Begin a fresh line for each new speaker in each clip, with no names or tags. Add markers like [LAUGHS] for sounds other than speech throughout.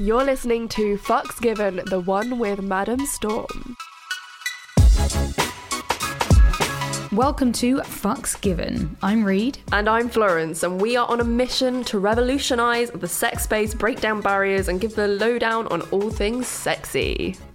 You're listening to Fucks Given, the one with Madam Storm.
Welcome to Fucks Given. I'm Reed.
And I'm Florence, and we are on a mission to revolutionise the sex space, break down barriers, and give the lowdown on all things sexy.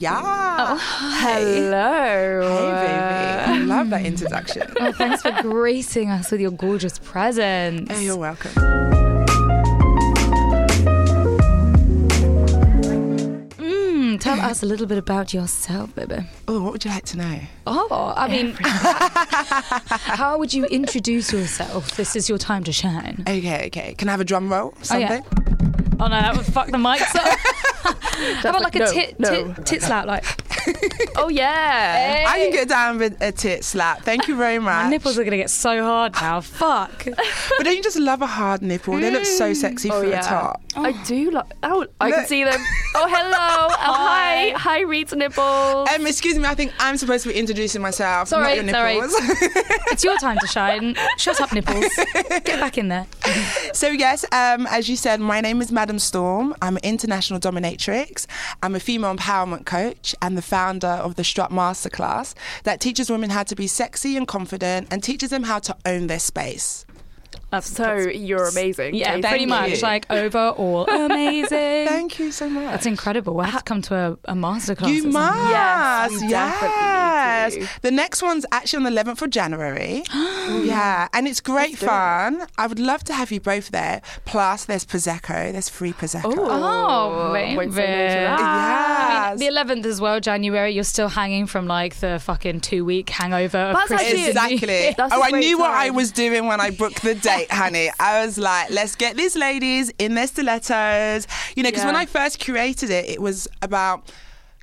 Yeah. Oh.
Hello.
Hey, baby. Love [LAUGHS] that introduction.
Oh, thanks for gracing us with your gorgeous presence.
Hey, you're welcome.
Mm, tell us a little bit about yourself, baby.
Oh, what would you like to know?
Oh, I mean, [LAUGHS] how would you introduce yourself? This is your time to shine.
Okay, okay. Can I have a drum roll?
Oh, yeah.
Something?
Oh no, that would fuck the mics up. [LAUGHS] How about like a
No,
tit,
no.
tit, tit slap? Like
Oh, yeah.
I can get down with a tit slap. Thank you very much.
my nipples are gonna get so hard now. Fuck.
But don't you just love a hard nipple? They look so sexy
Oh,
from
yeah.
the top.
I do like. Oh, I can
Look.
see them. Oh,
[LAUGHS]
hello. Oh, hi. Hi, Reed's nipples.
Um, excuse me, I think I'm supposed to be introducing myself,
Sorry,
not your
sorry.
nipples. [LAUGHS]
It's your time to shine. Shut up, nipples. Get back in there.
So yes, um, as you said, my name is Madam Storm. I'm an international dominatrix. I'm a female empowerment coach and the founder of the Strut Masterclass that teaches women how to be sexy and confident and teaches them how to own their space.
That's
so you're amazing.
yeah,
Thank
pretty
you.
much like overall amazing.
Thank you so much.
That's incredible. We'll have to come to a, a masterclass.
You
at some
must.
point.
Yes, we definitely
yes.
do.
The next one's actually on the 11th of January. yeah, and it's great fun. I would love to have you both there. Plus, there's Prosecco. There's free Prosecco.
Oh,
Ooh, won't say no to
baby.
that.
Yes.
The 11th as well, January. You're still hanging from like the fucking two week hangover. Of
That's
Christmas
actually-
and New
Exactly.
Year.
[LAUGHS] That's a
oh, I
great
knew what I
time.
was doing when I booked the date, honey. I was like, let's get these ladies in their stilettos. You know, because when
Yeah.
I first created it, it was about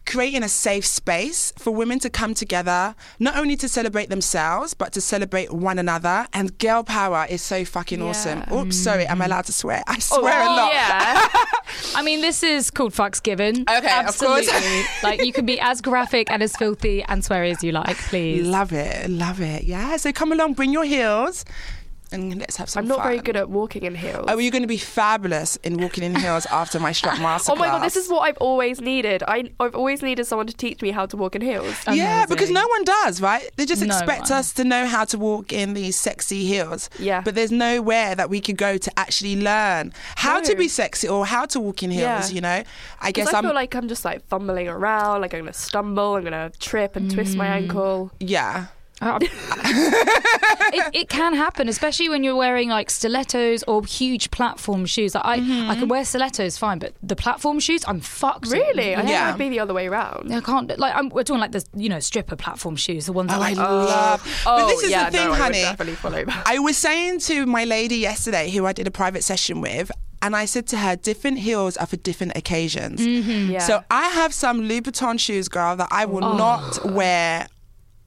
creating a safe space for women to come together, not only to celebrate themselves, but to celebrate one another. And girl power is so fucking awesome. Oops, sorry, am I allowed to swear? I [LAUGHS] swear a lot.
Oh, Yeah.
[LAUGHS]
I mean, this is called fucks given.
Okay, of
absolutely.
course. [LAUGHS]
like you can be as graphic and as filthy and swear as you like, please.
Love it, love it. Yeah, so come along, bring your heels, and let's have some
I'm not
fun.
very good at walking in heels.
Oh, you're going to be fabulous in walking in
[LAUGHS]
heels after my strap master.
Oh my god, this is what I've always needed. I, I've always needed someone to teach me how to walk in heels.
Yeah,
Amazing.
because no one does, right? They just
No
expect
one.
us to know how to walk in these sexy heels.
Yeah.
But there's nowhere that we could go to actually learn how to
No.
be sexy or how to walk in heels,
Yeah.
you know? I guess
Because I
I'm.
feel like I'm just like fumbling around, like I'm gonna stumble, I'm gonna trip and twist my ankle.
yeah.
Oh. it, it can happen, especially when you're wearing like stilettos or huge platform shoes. Like, I, I
Mm-hmm.
can wear stilettos fine, but the platform shoes, I'm fucked. in.
Really? I think
Yeah.
I'd be the other way around.
I can't like I'm, we're talking like the you know stripper platform shoes, the ones that
Oh, I
like
love. but this is
oh. yeah,
the thing,
no, I would
honey.
definitely fall over.
I was saying to my lady yesterday, who I did a private session with, and I said to her, different heels are for different occasions.
Yeah.
So I have some Louboutin shoes, girl, that I
Oh.
will not wear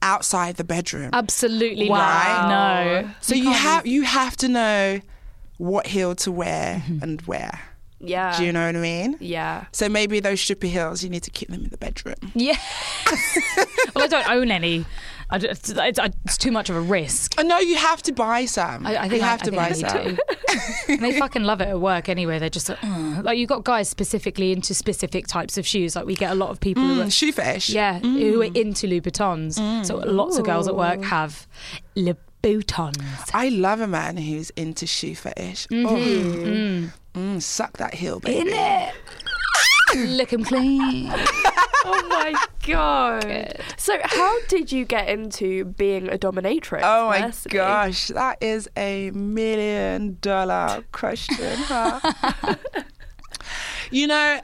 outside the bedroom.
Uh, absolutely
Wow.
not. No,
[LAUGHS] so you have you have to know what heel to wear
Mm-hmm.
and where.
yeah.
Do you know what I mean?
Yeah.
So maybe those stripper heels, you need to keep them in the bedroom.
Yeah. [LAUGHS] well, I don't own any. I d it's, it's, it's too much of a risk.
Oh, no, you have to buy some.
I, I think
you
I-
have
I
to
think I
buy
need
some. Mm,
to. And they fucking love it at work anyway. They're just like, "Ugh." like you got guys specifically into specific types of shoes. Like we get a lot of people who are,
Shoe fetish.
yeah, who are into Louboutins. So lots of girls at work have Le boutons.
I love a man who's into shoe fetish.
Mm-hmm.
Oh. Mm, suck that heel, baby.
it? Look 'em clean.
[LAUGHS] Oh my god. So how did you get into being a dominatrix?
Oh my
firstly?
gosh, that is a million dollar question, huh? you know,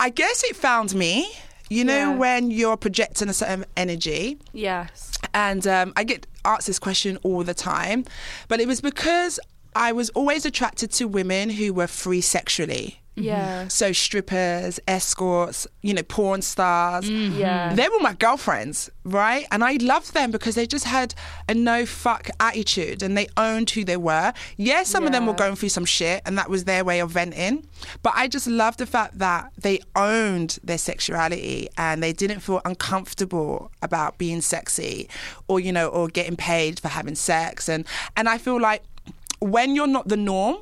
I guess it found me. You know,
Yeah.
when you're projecting a certain energy,
Yes.
and um, I get asked this question all the time, but it was because I was always attracted to women who were free sexually.
Yeah.
So strippers, escorts, you know, porn stars.
Yeah.
They were my girlfriends, right? And I loved them because they just had a no fuck attitude and they owned who they were. Yeah, some of them were
Yeah.
going through some shit and that was their way of venting. But I just loved the fact that they owned their sexuality and they didn't feel uncomfortable about being sexy or, you know, or getting paid for having sex. And, and I feel like when you're not the norm,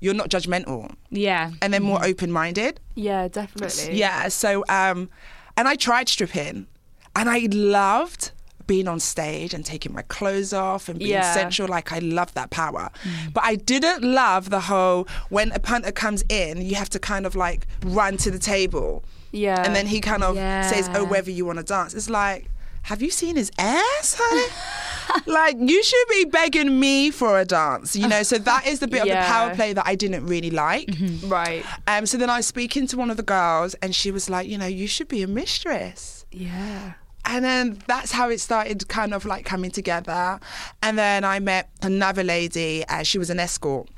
you're not judgmental
Yeah.
and they're more open minded.
Yeah, definitely.
Yeah. So, um, and I tried stripping, and I loved being on stage and taking my clothes off and being
Yeah. Mm.
sensual. Like I love that power, but I didn't love the whole when a punter comes in, you have to kind of like run to the table,
Yeah.
and then he kind of
Yeah.
says, "Oh, whether you want to dance." It's like. Have you seen his ass,
[LAUGHS]
honey? like you should be begging me for a dance, you know. So that is the bit of the
Yeah. Mm-hmm.
power play that I didn't really like.
Right.
Um, so then I was speaking to one of the girls, and she was like, you know, you should be a mistress.
Yeah.
And then that's how it started, kind of like coming together. And then I met another lady, uh, she was an escort.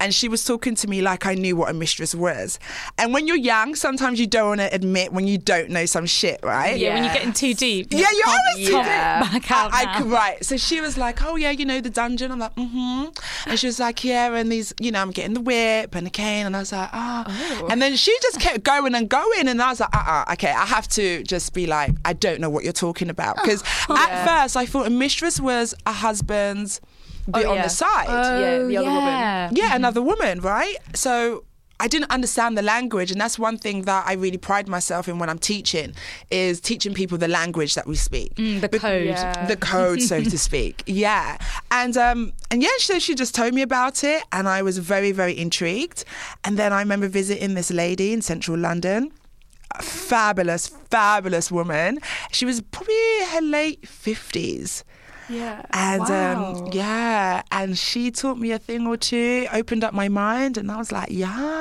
And she was talking to me like I knew what a mistress was. And when you're young, sometimes you don't want to admit when you don't know some shit, right?
Yeah, when you're getting too deep.
Yeah, you're always too
Yeah.
big.
Back out
I, I
now.
could- right. So she was like, "Oh yeah, you know the dungeon." I'm like, "Mm-hmm," and she was like, "Yeah," and these, you know, I'm getting the whip and the cane, and I was like, "Ah," oh. and then she just kept going and going, and I was like, "Uh, uh okay, I have to just be like, I don't know what you're talking about,"
Oh,
because at first I thought a mistress was a husband's bit
Oh,
on
yeah.
the side.
yeah, Mm-hmm. the other
yeah.
woman.
Yeah, another woman, right? So I didn't understand the language, and that's one thing that I really pride myself in when I'm teaching is teaching people the language that we speak,
Mm.
the code.
Yeah.
the code, so to speak. Yeah, and um, and yeah, so she just told me about it, and I was very, very intrigued. And then I remember visiting this lady in central London. a Fabulous, fabulous woman. She was probably her late 50s.
Yeah.
And
wow.
um, yeah, and she taught me a thing or two, opened up my mind, and I was like,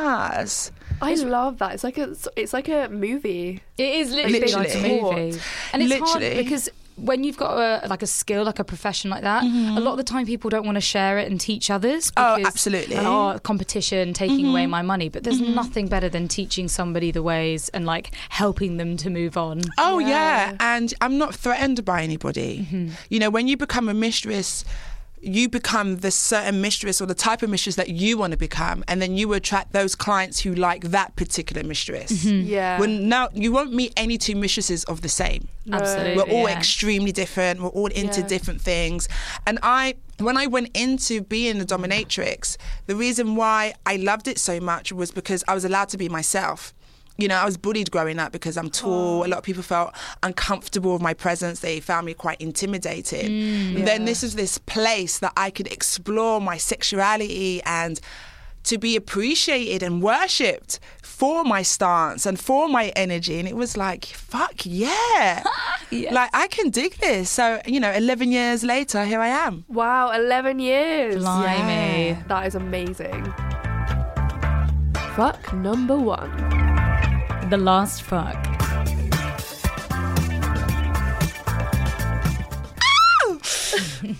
yes.
I love that. It's like a it's like a movie.
It is literally, like
Literally.
a movie, and it's hard
Literally.
because when you've got a, like a skill, like a profession like that, a lot of the time people don't want to share it and teach others.
Mm-hmm. Oh,
because,
absolutely. Mm-hmm.
Oh, competition, taking away my money. But there's nothing better than teaching somebody the ways and like helping them to move on.
Oh, yeah. And I'm not threatened by anybody. You know, when you become a mistress, you become the certain mistress or the type of mistress that you want to become, and then you attract those clients who like that particular mistress.
Yeah.
Mm. When now you won't meet any two mistresses of the same.
Absolutely,
We're all
yeah.
extremely different. We're all into
Yeah.
different things. And I, when I went into being a dominatrix, the reason why I loved it so much was because I was allowed to be myself. You know, I was bullied growing up because I'm
Oh.
tall. A lot of people felt uncomfortable with my presence. They found me quite intimidating.
Mm,
Then this is this place that I could explore my sexuality and to be appreciated and worshipped for my stance and for my energy. And it was like, fuck
[LAUGHS]
yeah. Like, I can dig this. So, you know, 11 years later, here I am.
wow, 11 years.
Blimey. Yeah.
That is amazing. Fuck number 1.
The last fuck.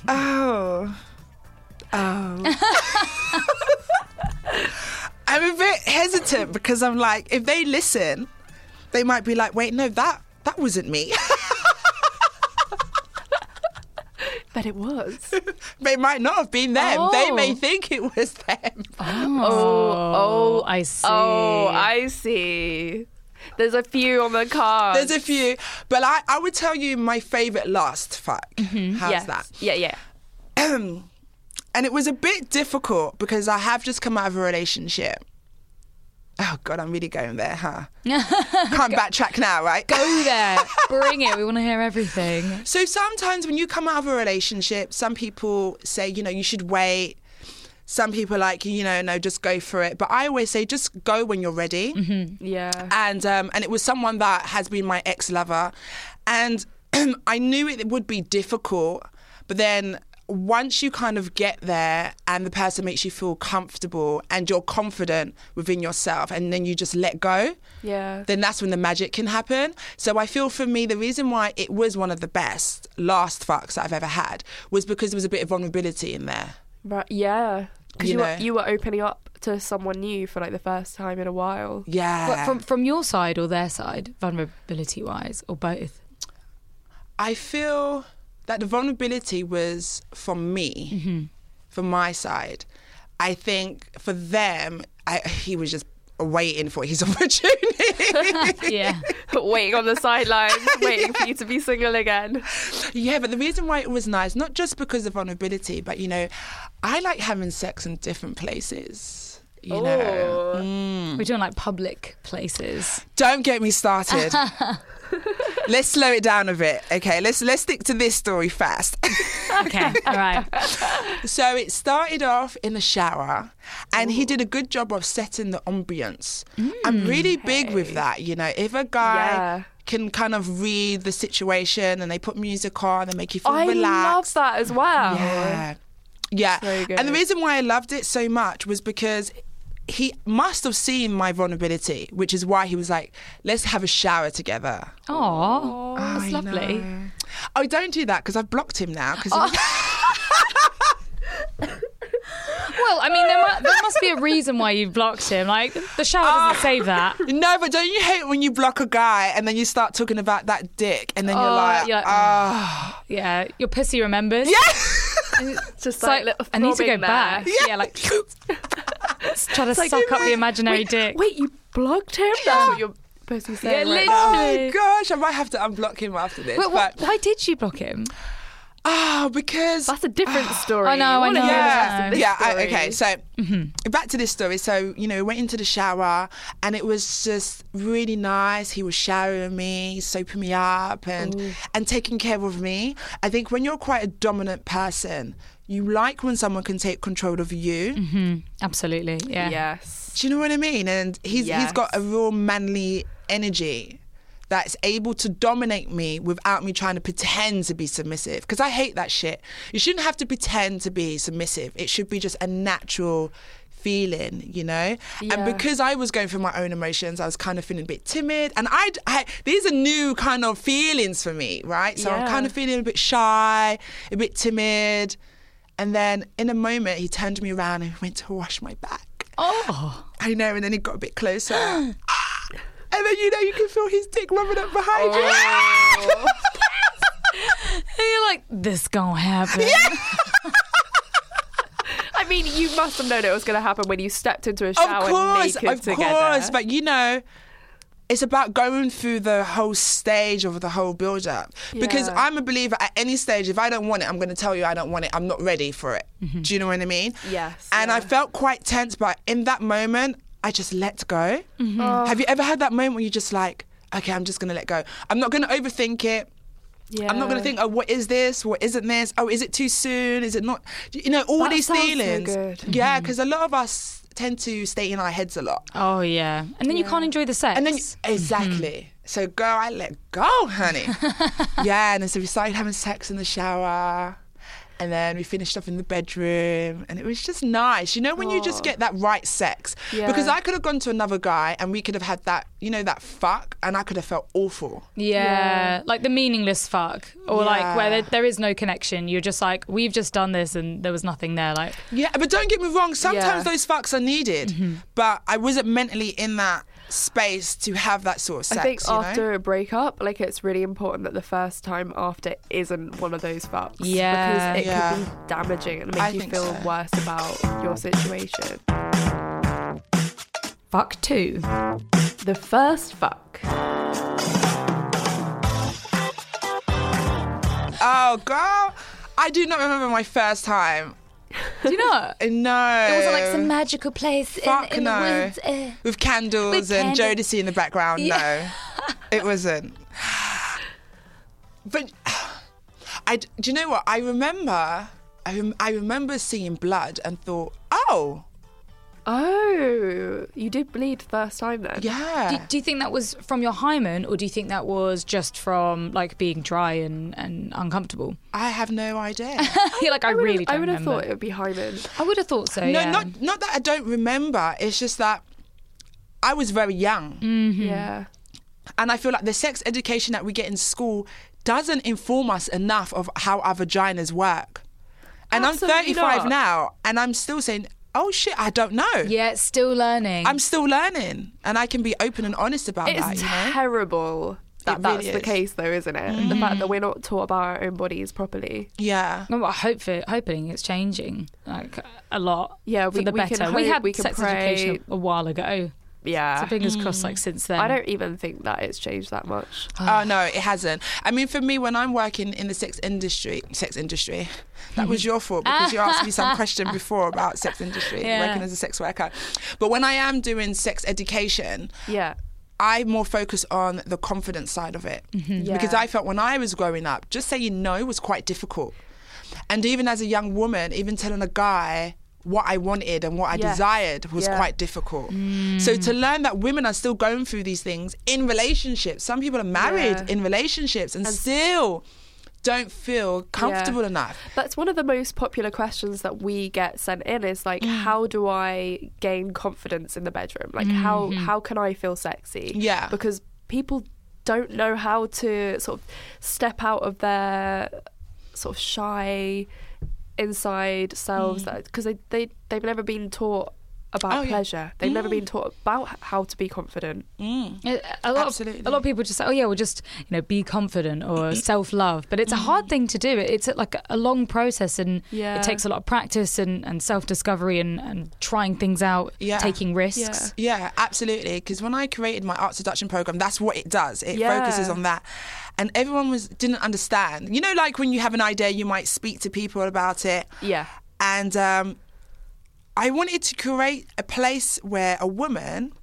Oh. Oh. I'm a bit hesitant because I'm like, if they listen, they might be like, wait, no, that that wasn't me. [LAUGHS]
But
[LAUGHS]
it was.
they might not have been them. They may
Oh.
think it was them.
Oh, oh,
I see.
Oh, I see. There's a few on the card.
There's a few, but I, I would tell you my favorite last fuck. How's
Mm-hmm. yes.
that?
Yeah, yeah.
and it was a bit difficult because I have just come out of a relationship. oh God, I'm really going there, huh? Can't backtrack now, right?
Go there. Bring it. We want to hear everything.
[LAUGHS] So sometimes when you come out of a relationship, some people say, you know, you should wait. Some people are like, you know, no, just go for it. But I always say, just go when you're ready.
Yeah.
And um, and it was someone that has been my ex lover, and [CLEARS THROAT] I knew it would be difficult. But then once you kind of get there, and the person makes you feel comfortable, and you're confident within yourself, and then you just let go
Yeah.
then that's when the magic can happen. So I feel for me, the reason why it was one of the best last fucks that I've ever had was because there was a bit of vulnerability in there.
Right. Yeah. Because
You
you,
know.
were you were opening up to someone new for like the first time in a
[LAUGHS]
while. [LAUGHS]
Yeah.
What, from from your side or their side, vulnerability wise, or both?
[LAUGHS] I feel that the vulnerability was from me, from my side. I think for them, I, he was just waiting for his [LAUGHS] opportunity.
Yeah.
waiting on the sidelines, waiting for you to be single again.
Yeah, but the reason why it was nice, not just because of vulnerability, but you know, I like having sex in different places. You know,
We're doing like public places.
don't get me started. let's slow it down a bit, okay? Let's let's stick to this story fast.
[LAUGHS] Okay. All right.
so it started off in the shower, and he did a good job of setting the ambience. I'm really big with that, you know. If a guy
Mm. Yeah.
can kind of read the situation, and they put music on, they make you feel
I
relaxed.
love that as well.
Yeah. Yeah.
Very good.
And the reason why I loved it so much was because he must have seen my vulnerability, which is why he was like, let's have a shower together.
Aw, that's lovely.
Oh, don't do that because I've blocked him now.
[LAUGHS] Oh.
Because
Well, I mean, there, mu- there must be a reason why you blocked him. Like, the shower doesn't save that.
No, but don't you hate when you block a guy and then you start talking about that dick and then you're
Oh,
like,
you're like,
ah.
Yeah, your pussy remembers.
[LAUGHS]
Yeah.
It's Just
It's
like,
like,
little
I need to go
throbbing there.
back. Yeah, like,
Oh
try to suck up the imaginary dick.
Wait, you blocked him? That's what you're supposed to be saying.
Yeah,
right now.
Oh my
Literally.
gosh, I might have to unblock him after this.
But what,
But
why did you block him?
ah, because
That's a [SIGHS] different story.
I know, I
wanna
know.
hear the rest
yeah,
of this
yeah. I-
story.
okay, so back to this story. So you know, we went into the shower, and it was just really nice. He was showering me, soaping me up, and and taking care of me. I think when you're quite a dominant person, you like when someone can take control of you.
Absolutely. Yeah.
[LAUGHS] Yes.
Do you know what I mean? And he's he's got a real manly energy that's able to dominate me without me trying to pretend to be submissive because I hate that shit. You shouldn't have to pretend to be submissive. It should be just a natural feeling, you know? And because I was going through my own emotions, I was kind of feeling a bit timid and I, I these are new kind of feelings for me, right? So I'm
Yeah.
kind of feeling a bit shy, a bit timid. And then in a moment he turned me around and went to wash my back.
Oh.
I know, and then it got a bit
[GASPS]
closer. Ah! and then you know you can feel his dick rubbing up behind
Oh.
you.
And you're like, this gonna happen.
I mean, you must have known it was going to happen when you stepped into a shower
of course,
naked
of
together.
course. But you know, it's about going through the whole stage of the whole build up. Because
Yeah.
I'm a believer at any stage, if I don't want it, I'm going to tell you I don't want it. I'm not ready for it. Do you know what I mean?
Mm-hmm. Yes,
And I
yeah.
felt quite tense, but in that moment, I just let go.
Mm-hmm. Oh.
Have you ever had that moment where you're just like, okay, I'm just going to let go? I'm not going to overthink it.
yeah.
I'm not going to think, oh, what is this? What isn't this? Oh, is it too soon? Is it not? You know, all
That
these
sounds so
feelings.
good. Mm-hmm.
Yeah, because a lot of us tend to stay in our heads a lot.
Oh, yeah. And then you can't enjoy the sex.
And then,
Mm-hmm.
exactly. So, girl, I let go,
[LAUGHS]
honey. yeah, and then so we started having sex in the shower. And then we finished off in the bedroom, and it was just nice. You know, when you just get that right sex. Because
Yeah.
I could have gone to another guy and we could have had that, you know, that fuck, and I could have felt awful.
Yeah, like the meaningless fuck, or like
Yeah.
where there, there is no connection. You're just like, we've just done this and there was nothing there. Like,
Yeah, but don't get me wrong. Sometimes
Yeah.
those fucks are needed,
Mm-hmm.
but I wasn't mentally in that space to have that sort of sex.
I think
you know?
after a breakup, like it's really important that the first time after isn't one of those fucks.
Yeah.
Because it
Yeah.
could be damaging and make
I
you
think
feel
so.
worse about your situation.
fuck two.
The first fuck.
oh girl, I do not remember my first time.
Do you not?
Uh, [LAUGHS] No.
It was like some magical place in-
Fuck
in,
no.
the woods. eh.
With candles
With
and
candles.
Jodeci in the background. No, [LAUGHS] it wasn't. But [SIGHS] I, d- do you know what? I remember. I, rem- I remember seeing blood and thought, oh,
Oh, you did bleed first time then.
yeah.
Do, do you think that was from your hymen, or do you think that was just from like being dry and, and uncomfortable? [LAUGHS]
I have no idea.
You're like, I,
would've-
really don't
I would have
remember.
thought it would be hymen.
I would have thought so.
No,
yeah.
not not that I don't remember. It's just that I was very young,
Yeah.
and I feel like the sex education that we get in school doesn't inform us enough of how our vaginas work. And I'm
Absolutely
35
not.
now, and I'm still saying, "Oh shit, I don't know."
Yeah, it's still learning.
I'm still learning, and I can be open and honest about that.
It's
You know?
terrible that
It
that's
really
the
is.
case, though, isn't it? The fact that we're not taught about our own bodies properly.
Yeah.
No, but I hope for, hoping it's changing like a lot.
Yeah, we-
for the
we can
better. we
hope,
had
we can
sex
pray.
education Mm. a while ago.
Yeah.
So fingers crossed. Like since then,
I don't even think that it's changed that
[SIGHS]
much.
Oh no, it hasn't. I mean, for me, when I'm working in the sex industry, sex industry, that was your fault because you asked me some question before about sex industry,
Yeah.
working as a sex worker. But when I am doing sex education,
Yeah.
I more focus on the confidence side of it
Yeah.
because I felt when I was growing up, just saying no was quite difficult. And even as a young woman, even telling a guy what I wanted and what I
Yes.
desired was
Yeah.
quite difficult. So to learn that women are still going through these things in relationships, some people are married
Yeah.
in relationships and, still don't feel comfortable enough.
That's one of the most popular questions that we get sent in is like, how do I gain confidence in the bedroom? Like, how how can I feel sexy?
Yeah.
because people don't know how to sort of step out of their sort of shy inside selves because they, they they've never been taught about
Oh, yeah.
pleasure. They've never been taught about h- how to be confident.
A a lot,
Absolutely.
Of, a lot of people just say, "Oh yeah, well just you know be confident
[CLEARS THROAT]
or self love," but it's a
Mm.
hard thing to do. It- It's like a long process, and
Yeah.
it takes a lot of practice and, and self discovery and, and trying things out,
Yeah.
taking risks.
Yeah, absolutely. Because when I created my art seduction program, that's what it does. It
Yeah.
focuses on that, and everyone was didn't understand. You know, like when you have an idea, you might speak to people about it.
Yeah.
And um, I wanted to create a place where a woman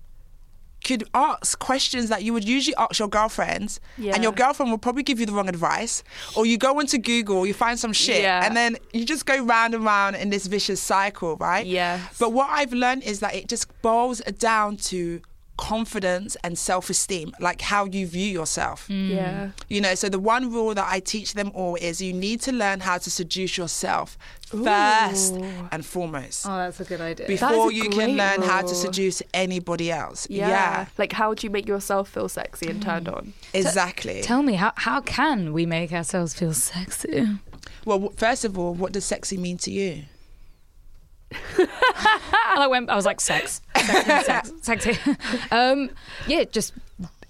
could ask questions that you would usually ask your girlfriends, and your
Yeah.
girlfriend will probably give you the wrong advice, or you go onto Google, you find some shit,
Yeah.
and then you just go round and round in this vicious cycle, right?
Yes.
But what I've learned is that it just boils down to confidence and self esteem, like how you view yourself.
Mm.
Yeah,
You know, so the one rule that I teach them all is you need to learn how to seduce yourself first and foremost
Oh, that's a good idea.
before you
great
can learn how to
rule.
seduce anybody else.
yeah,
Yeah,
Like, how do you make yourself feel sexy and turned on?
exactly.
Tell me, how how can we make ourselves feel sexy?
well, w- first of all, what does sexy mean to you?
and I went. I was Ah, like,
[LAUGHS]
sex, sex, sex, sexy. [LAUGHS] um, yeah, just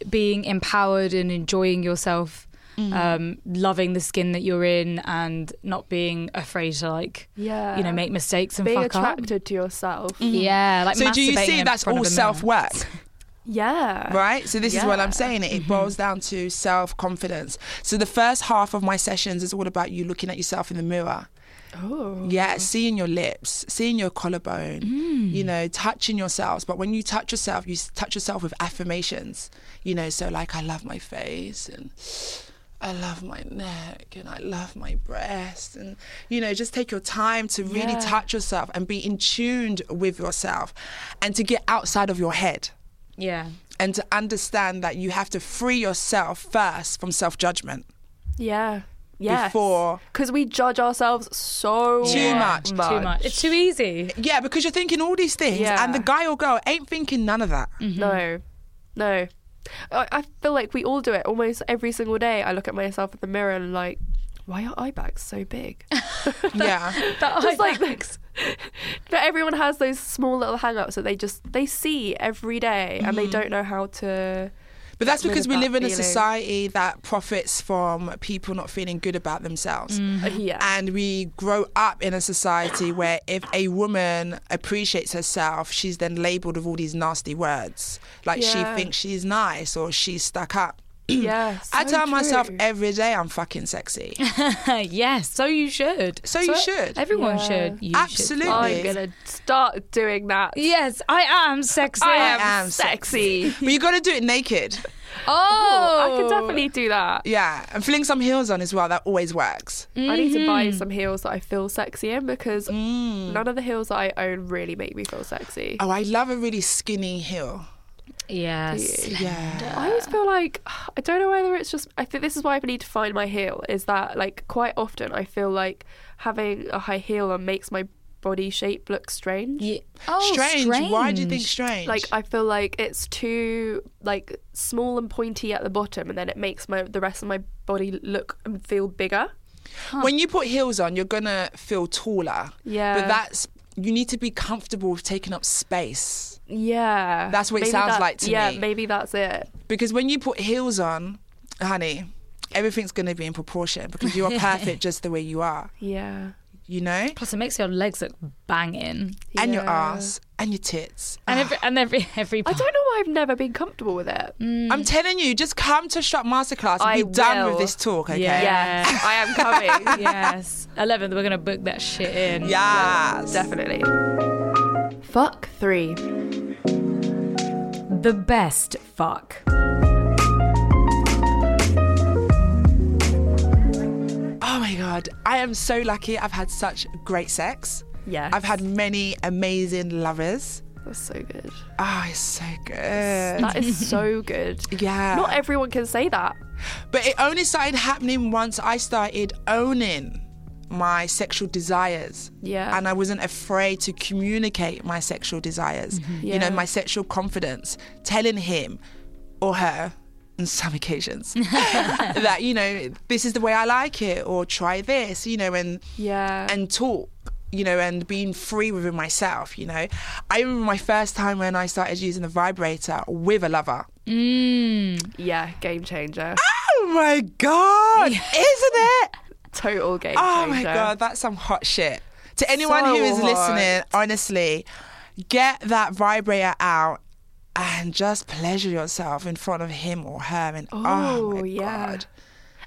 being empowered and enjoying yourself,
Mm.
um, loving the skin that you're in, and not being afraid to like,
Yeah.
you know, make mistakes and
Being
fuck
attracted
up. Mm-hmm.
to yourself.
Yeah, like
So do you
masturbating
see
in
that's
front
all
of a mirror.
self work,
Yeah.
right? So this is what
Uh, Yeah. Mm-hmm.
I'm saying. It, it boils down to self confidence. So the first half of my sessions is all about you looking at yourself in the mirror.
Oh.
Yeah, seeing your lips, seeing your collarbone,
Mm.
you know, touching yourselves. But when you touch yourself, you s- touch yourself with affirmations, you know, so like, I love my face and I love my neck and I love my breast. And, you know, just take your time to really
Yeah.
touch yourself and be in tuned with yourself and to get outside of your head
Yeah,
and to understand that you have to free yourself first from self judgment.
Yeah. Yeah.
Before-
Because we judge ourselves so
Too much. Too
too much. It's too easy.
Yeah, because you're thinking all these things
Yeah.
and the guy or girl ain't thinking none of
[LAUGHS]
that.
Mm-hmm.
No. No. I, I feel like we all do it almost every single day. I look at myself in the mirror and like, why are eye bags so
[LAUGHS]
big?
Yeah.
That
Just like [LAUGHS] this. But everyone has those small little hang-ups that they just they see every day and they
Mm-hmm.
don't know
[LAUGHS]
how to.
But that's
Get rid
because
of
we
that
live in a
feeling.
society that profits from people not feeling good about themselves.
Yeah.
And we grow up in a society where if a woman appreciates herself, she's then labeled with all these nasty words. Like
Yeah.
she thinks she's nice or she's stuck up.
yeah,
[CLEARS THROAT] I
so
tell myself
true.
every day I'm fucking
[LAUGHS]
sexy.
[LAUGHS] yes, so you should.
So you should.
Everyone
Yeah.
should. You should.
Absolutely.
I'm gonna start doing that.
Yes, I am sexy.
I
am
am,
sexy.
sexy.
But you got to do it naked.
Oh,
I could definitely do that.
Yeah, and fling some heels on as well. That always works.
I need to buy
Mm.
some heels that I feel sexy in because none of the heels that I own really make me feel sexy.
Oh, I love a really skinny heel.
Yes.
Yeah.
I always feel like [SIGHS] I don't know whether it's just I think this is why I need to find my heel is that like quite often I feel like having a high heel on makes my body shape look strange.
Ye- Oh,
strange. Why do you think strange?
Like I feel like it's too like small and pointy at the bottom and then it makes my the rest of my body look and feel bigger.
when you put heels on, you're gonna feel taller.
Yeah.
But that's you need to be comfortable with taking up space
Yeah.
That's what it sounds like to
yeah,
me.
Yeah, maybe that's it.
because when you put heels on, honey, everything's gonna be in proportion because you are
[LAUGHS]
perfect just the way you are.
Yeah.
You know,
Plus, it makes your legs look banging,
and your
Yeah.
ass and your tits.
and every and every every.
I
[SIGHS]
Part.
don't know why I've never been comfortable with it.
I'm telling you, just come to Strut Masterclass and
Mm. I
be done with
will.
this talk, okay?
Yeah.
Yes, I am
[LAUGHS]
coming. [LAUGHS]
yes, eleventh. We're gonna book that shit in.
Yes.
Definitely. Fuck three.
The best fuck.
Oh my God. I am so lucky. I've had such great sex.
Yes.
I've had many amazing lovers.
That's so good.
Oh, it's so good.
That
[LAUGHS]
is so good.
Yeah.
Not everyone can say that.
But it only started happening once I started owning my sexual desires.
Yeah.
And I wasn't afraid to communicate my sexual desires. You know,
Mm-hmm. Yeah.
my sexual confidence, telling him or her on some
[LAUGHS]
occasions [LAUGHS] that, you know, this is the way I like it or try this, you know, and
Yeah.
and talk, you know, and being free within myself, you know. I remember my first time when I started using the vibrator with a lover.
yeah, game changer.
Oh my God, [LAUGHS] isn't it?
Total game
Oh
changer.
my God, that's some hot shit. To anyone
So
who is
hot.
listening, honestly, get that vibrator out and just pleasure yourself in front of him or her. And oh, my
Oh, yeah.
God.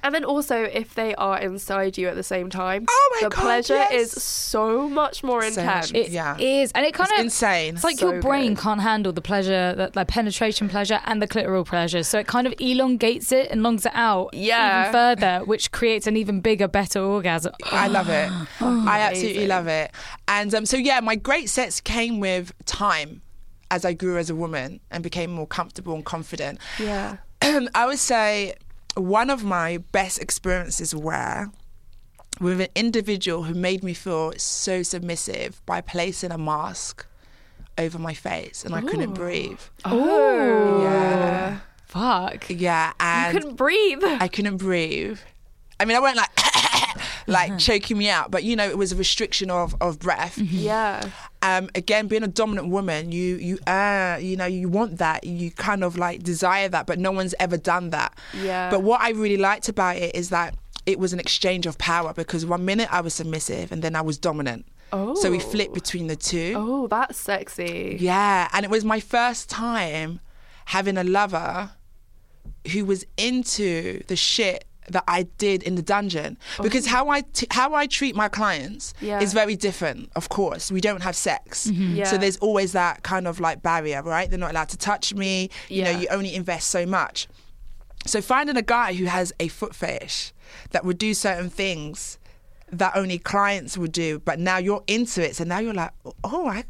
And then also, if they are inside you at the same time,
Oh my
the
God,
pleasure
yes.
is so much more
much
intense.
more.
It
Yeah.
is, and it kind
It's
of
insane.
It's like
So
your brain
good.
can't handle the pleasure, that like penetration pleasure and the clitoral pleasure, so it kind of elongates it and longs it out
Yeah.
even further, which creates an even bigger, better orgasm.
I love
[GASPS]
it.
Oh,
I absolutely love it. And um, so, yeah, my great sets came with time as I grew as a woman and became more comfortable and confident.
Yeah.
[CLEARS THROAT] I would say one of my best experiences were with an individual who made me feel so submissive by placing a mask over my face and I couldn't breathe.
Oh.
Yeah.
Fuck.
Yeah. And [LAUGHS]
Couldn't breathe.
I couldn't breathe. I mean, I weren't like, [COUGHS]
Uh-huh.
like choking me out, but you know, it was a restriction of, of breath.
Mm-hmm. yeah.
um, again being a dominant woman you you uh, you know you want that you kind of like desire that but no one's ever done that
Yeah.
but what i really liked about it is that it was an exchange of power because one minute i was submissive and then i was dominant so we
Oh.
flipped between the two
Oh, that's sexy.
yeah and it was my first time having a lover who was into the shit that I did in the dungeon because how I t- how I treat my clients
Yeah.
is very different. Of course, we don't have sex, so
Mm.
Yeah.
there's always that kind of like barrier, right? They're not allowed to touch me. You know,
Yeah.
you only invest so much. So finding a guy who has a foot fetish that would do certain things that only clients would do, but now you're into it, so now you're like, oh, I.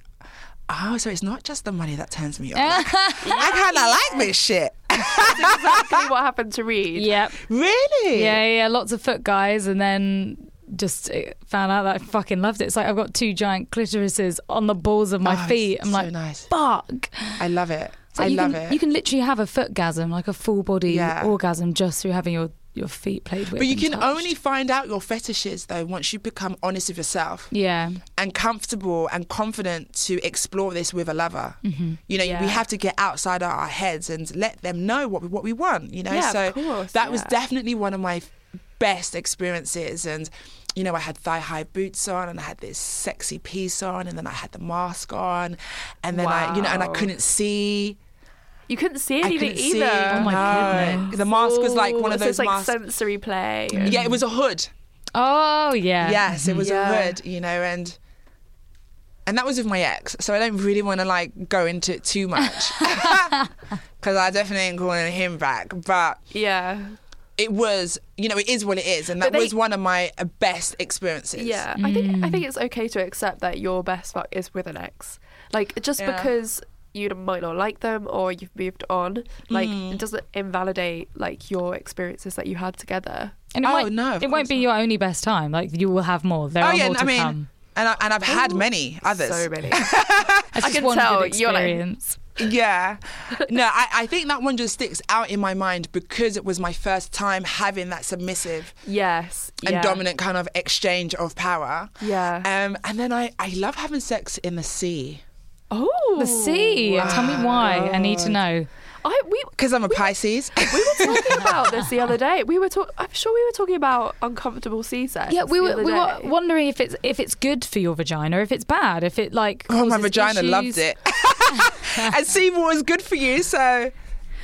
Oh, so it's not just the money that
[LAUGHS]
turns me on. Like, I kind of like this shit.
Exactly what happened to Reed.
Yep.
Really?
Yeah, yeah, yeah, lots of foot guys, and then just uh, found out that I fucking loved it. It's like I've got two giant clitorises on the balls of my
Oh,
feet.
it's
I'm
so
like,
nice.
fuck.
I love it.
It's like
I
you
love
can,
it.
You can literally have a footgasm, like a full body
Yeah.
orgasm, just through having your your feet played with.
but you
and
can
touched.
only find out your fetishes though once you become honest with yourself
Yeah.
and comfortable and confident to explore this with a lover. You know, we
Mm-hmm. Yeah.
have to get outside our heads and let them know what we, what we want. You know,
Yeah, of
so
course,
that was
yeah.
definitely one of my f- best experiences and. You know, I had thigh high boots on and I had this sexy piece on, and then I had the mask on, and then I, you know, and I
Wow.
couldn't see.
You couldn't see
I
anything
couldn't see.
either.
Oh my
No.
goodness.
The mask was like one of
Ooh, so
those
it's like
masks.
sensory play.
yeah, it was a hood.
Oh yeah.
Yes, it was
Mm-hmm. Yeah.
a hood, you know, and and that was with my ex. So I don't really want to like go into it too
[LAUGHS]
much [LAUGHS] because I definitely ain't calling him back. But
Yeah.
it was, you know, it is what it is, and that
But they-
was one of my uh, best experiences.
Yeah, I think I think it's okay to accept that your best fuck is with an ex. Like just
Yeah.
because you might not like them or you've moved on, like
Mm.
it doesn't invalidate like your experiences that you had together.
And it
Oh,
might,
no, of
it won't
course
be your only best time. Like you will have more. There
Oh
are
yeah,
more to
I mean,
come.
and I, and I've had many others.
So many.
That's
I
just
can
one
tell,
good
you're like-
experience.
[LAUGHS]
[LAUGHS]
yeah. No, I, I think that one just sticks out in my mind because it was my first time having that submissive
yes.
and
yeah.
dominant kind of exchange of power.
Yeah.
Um, and then I, I love having sex in the sea
Oh,
the sea. Tell me why. I need to know.
I we
because I'm a Pisces.
we
[LAUGHS]
were talking about this the other day. We were talking. I'm sure we were talking about uncomfortable sea sex.
Yeah, we
the
were
other
we were
day.
wondering if it's if it's good for your vagina, if it's bad, if it like.
oh, [LAUGHS] my
causes
vagina
issues.
loved it. [LAUGHS] and seawater is good for you, so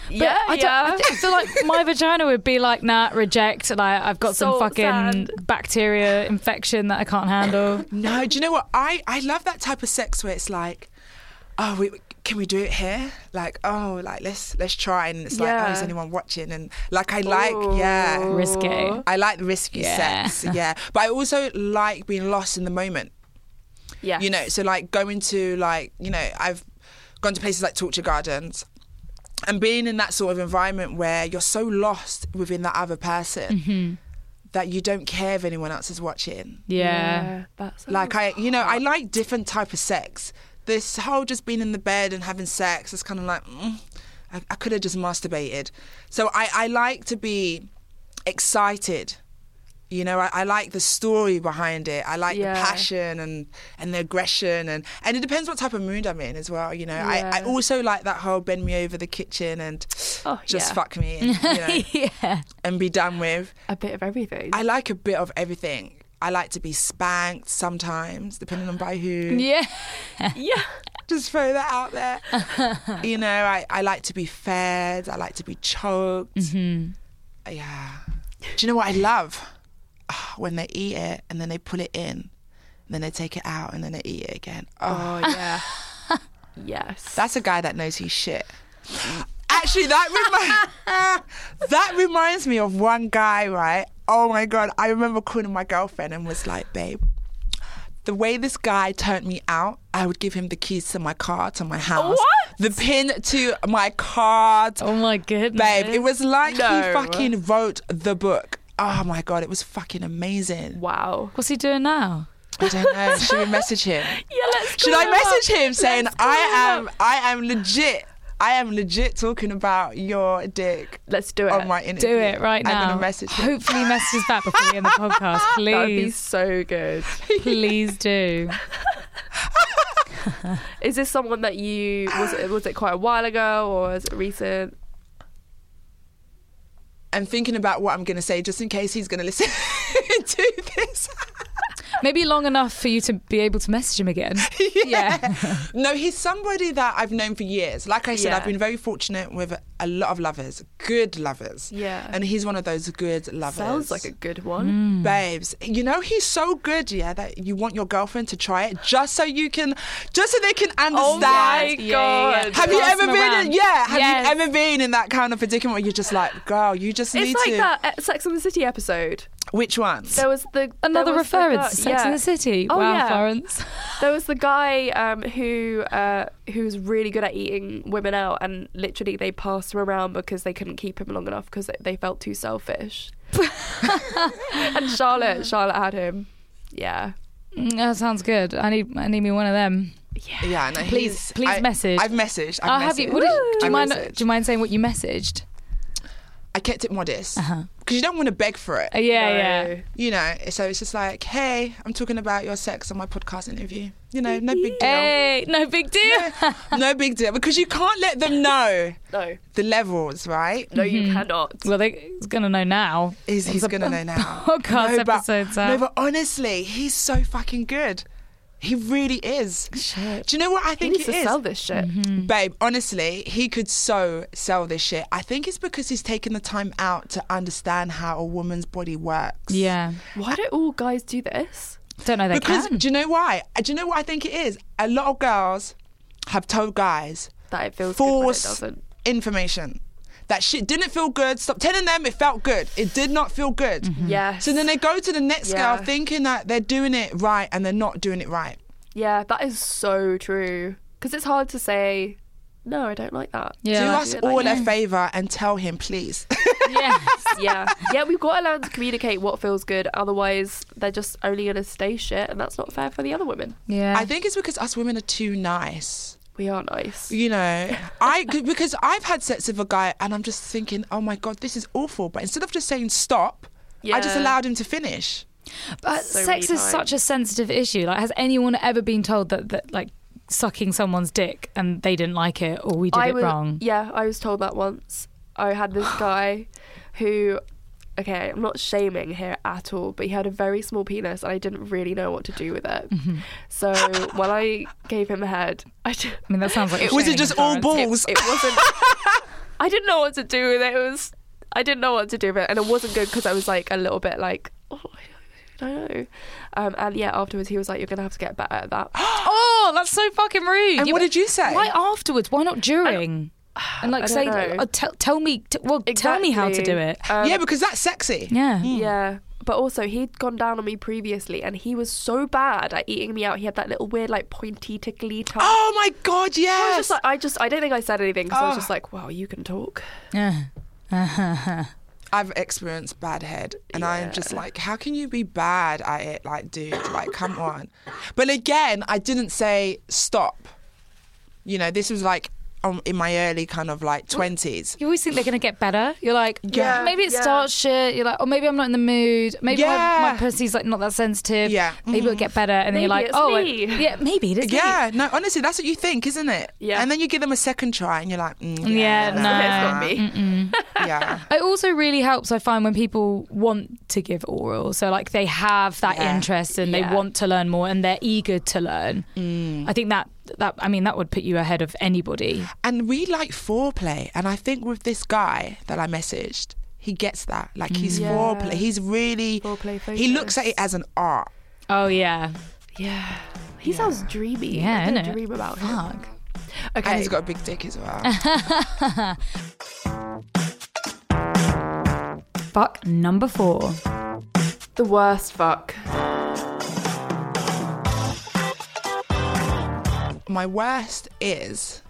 But
Yeah,
I, don't- I
yeah.
think- I feel like my vagina would be like, nah, reject. Like I've got some
Salt,
fucking
sand.
bacteria infection that I can't handle.
No, do you know what? I, I love that type of sex where it's like, oh, we, can we do it here? Like, oh, like let's let's try, and it's like, oh, is
Yeah.
anyone watching? And like, I like, yeah,
Risky.
I like risky
Yeah.
sex,
[LAUGHS]
yeah. But I also like being lost in the moment.
Yeah.
You know, so like going to like you know, I've gone to places like Torture Gardens. And being in that sort of environment where you're so lost within that other person that you don't care if anyone else is watching
Yeah.
That's
like i you know i like different type of sex this whole just being in the bed and having sex is kind of like mm, i, I could have just masturbated so I, I like to be excited you know I, I like the story behind it i like the
Yeah.
passion and and the aggression and and it depends what type of mood i'm in as well you know I, I
Yeah.
also like that whole bend me over the kitchen and
Oh,
just
yeah.
fuck
[LAUGHS]
me and, you know, and be done with
a bit of everything.
I like a bit of everything. I like to be spanked sometimes, depending on by who.
Yeah.
yeah.
Just throw that out there. [LAUGHS] you know, I, I like to be fed. I like to be choked. Yeah. Do you know what I love? Ah, When they eat it and then they pull it in, then they take it out and then they eat it again. Oh,
[LAUGHS]
Oh yeah. yes.
that's a guy that knows his shit. Actually, that remi- [LAUGHS] that reminds me of one guy, right? Oh my god, I remember calling my girlfriend and was like, "Babe, the way this guy turned me out, I would give him the keys to my car, to my house,
What?
the pin to my card,
Oh my goodness.
babe. It was like he
No.
fucking wrote the book." Oh my god, it was fucking amazing.
wow.
What's he doing now?
I don't know. Should we message him?
Yeah, let's.
Should
call
I
him
message
up.
him saying
Let's call
I
him
am
up.
I am legit I am legit talking about your dick
[LAUGHS] Let's do it.
on Oh my internet.
Do it right now.
I'm gonna message him.
Hopefully, message back before we end the
[LAUGHS]
podcast,
that would be
please.
so good.
Please
[LAUGHS]
do.
Is this someone that you was it, was it quite a while ago or is it recent?
I'm thinking about what I'm gonna say just in case he's gonna listen [LAUGHS] to this. [LAUGHS]
Maybe long enough for you to be able to message him
[LAUGHS]
again. Yeah.
no, he's somebody that I've known for years. Like I said,
Yeah.
I've been very fortunate with a lot of lovers, good lovers.
Yeah.
And he's one of those good lovers.
Sounds like a good one.
Mm.
babes you know he's so good yeah that you want your girlfriend to try it just so you can just so they can understand
Oh my
Yeah, yeah, yeah.
god!
have you
Pass
ever
them
been in,
around.
yeah have
Yes.
you ever been in that kind of predicament where you're just like girl you just
Mm.
need
It's like
to
that uh, Sex and the City episode.
which one
There was the
Another
there was the
reference
guy-
to Sex in
yeah.
the City.
Oh,
wow,
yeah.
Florence.
There was the guy um, who uh, who was really good at eating women out, and literally they passed him around because they couldn't keep him long enough because they felt
[LAUGHS]
too selfish. and Charlotte, Charlotte had him. Yeah,
Mm, That sounds good. I need, I need me one of them.
yeah no,
Please-
he's-
please
I-
message.
I've messaged I've
I'll
messaged.
have you. What did, do
I
you mind?
messaged.
Do you mind saying what you messaged?
I kept it modest because
Uh-huh.
you don't want to beg for it
Uh, yeah,
No.
yeah.
you know so it's just like hey I'm talking about your sex on my podcast interview you know no big deal
Hey, no big [LAUGHS] deal.
no big deal because you can't let them know
no,
the levels right
no, you cannot.
Mm-hmm. Well, they, he's gonna know now.
Is
It was
he's
a
gonna know now?
Podcast
but,
episodes
No,
out.
but honestly, he's so fucking good. He really is. Do you know what I
He
think
needs
it
to
is? Mm.
sell this shit.
Mm-hmm. Babe, honestly, he could so sell this shit. I think it's because he's taken the time out to understand how a woman's body works.
Yeah.
Why do all guys do this?
Don't know they
Because
can.
do you know why? Uh, Do you know what I think it is? A lot of girls have told guys
That it feels good when it
false
Mm-hmm.
doesn't.
information. That shit didn't feel good. Stop telling them it felt good. It did not feel good.
Yes.
So then they go to the next
Yeah.
girl thinking that they're doing it right and they're not doing it right.
Yeah, that is so true. Because it's hard to say, no, I don't like that.
Yeah.
do
like-
us
do it like
all
that.
a favor and tell him, please.
Yes.
[LAUGHS] yeah. Yeah, we've got to learn to communicate what feels good. Otherwise, they're just only going to stay shit, and that's not fair for the other women.
Yeah.
I think it's because us women are too nice.
We are nice.
you know,
[LAUGHS]
I could- because I've had sex with a guy and I'm just thinking, oh my god, this is awful. But instead of just saying stop, I just
Yeah.
allowed him to finish.
But
so
sex is
many
such a sensitive issue. Like, has anyone ever been told that, that like sucking someone's dick and they didn't like it or we did
I
it
was,
wrong?
Yeah, I was told that once. I had this guy who, okay, I'm not shaming here at all, but he had a very small penis and I didn't really know what to do with it. So when I gave him a head, I just,
I
[LAUGHS]
mean, that sounds
[LAUGHS]
like a
Was
shaming
it just all
inference.
balls?
it wasn't. [LAUGHS] I didn't know what to do with it. It was. I didn't know what to do with it, and it wasn't good because I was like a little bit like, oh, I don't know. Um, and yeah, afterwards he was like, you're gonna have to get better at that.
[GASPS]
[GASPS]
Oh, that's so fucking rude.
And what did you say?
Why afterwards? Why not during? And
I
like
don't
say,
know.
like, oh, tell, tell me. T- well, tell me how to do it.
Um,
yeah, because that's sexy.
Yeah.
Yeah. But also, he'd gone down on me previously, and he was so bad at eating me out. He had that little weird, like pointy,
[GASPS]
tickly tongue.
Oh my god,
I was
yes.
just like, I just, I don't think I said anything because I was
Oh.
just like, wow, you can talk. [LAUGHS]
Yeah.
I've experienced bad head, and I'm just
Yeah.
like, how can you be bad at it? Like, dude, like, come on. But again, I didn't say stop. You know, this was like um, in my early kind of like twenties.
You always think they're gonna get better. You're like,
Yeah.
yeah, maybe it
Yeah.
starts shit. You're like, oh, maybe I'm not in the mood. Maybe my,
Yeah.
my pussy's like not that sensitive.
Yeah. Mm-hmm.
Maybe it'll get better. And then you're
Maybe
like,
it's
oh,
me.
I- yeah, maybe it is. me.
Yeah, no, honestly, that's what you think, isn't it?
Yeah.
And then you give them a second try, and you're like, mm,
Yeah,
that's
no.
not
It's
me.
not me. [LAUGHS]
yeah.
It also really helps, I find, when people want to give oral. So, like, they have that
Yeah.
interest and
Yeah. Mm.
they want to learn more and they're eager to learn. I think that, that, I mean, that would put you ahead of anybody.
And we like foreplay, and I think with this guy that I messaged, he gets that. Like he's
Mm. Yeah.
foreplay. He's really
Foreplay
he looks at it
focused.
as an art.
Oh, yeah.
Yeah. He sounds dreamy.
Yeah,
I don't
innit?
dream about him.
Fuck.
Okay.
And he's got a big dick as
[LAUGHS]
well.
Fuck number four.
the worst fuck.
Um, My worst is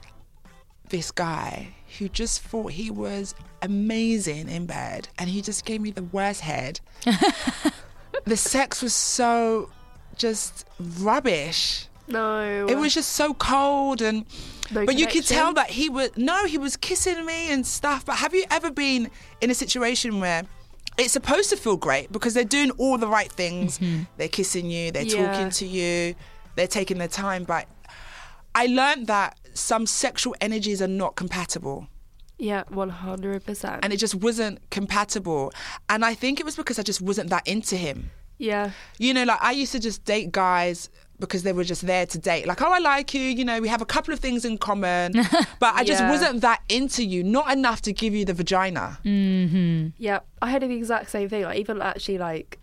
this guy who just thought he was amazing in bed and he just gave me the worst head. the sex was so just rubbish.
No.
It was just so cold and
No
but you could
connection?
tell that he was no, he was kissing me and stuff. But have you ever been in a situation where it's supposed to feel great because they're doing all the right things. They're kissing you, they're
Mm-hmm. Yeah.
talking to you, they're taking their time, but I learned that some sexual energies are not compatible
Yeah, 100%.
and it just wasn't compatible. And I think it was because I just wasn't that into him.
yeah.
You know, like I used to just date guys because they were just there to date. Like, oh, I like you. You know, we have a couple of things in
[LAUGHS]
common, but I just
Yeah.
wasn't that into you. Not enough to give you the vagina.
Mm.
Yeah, I had the exact same thing. I even actually like,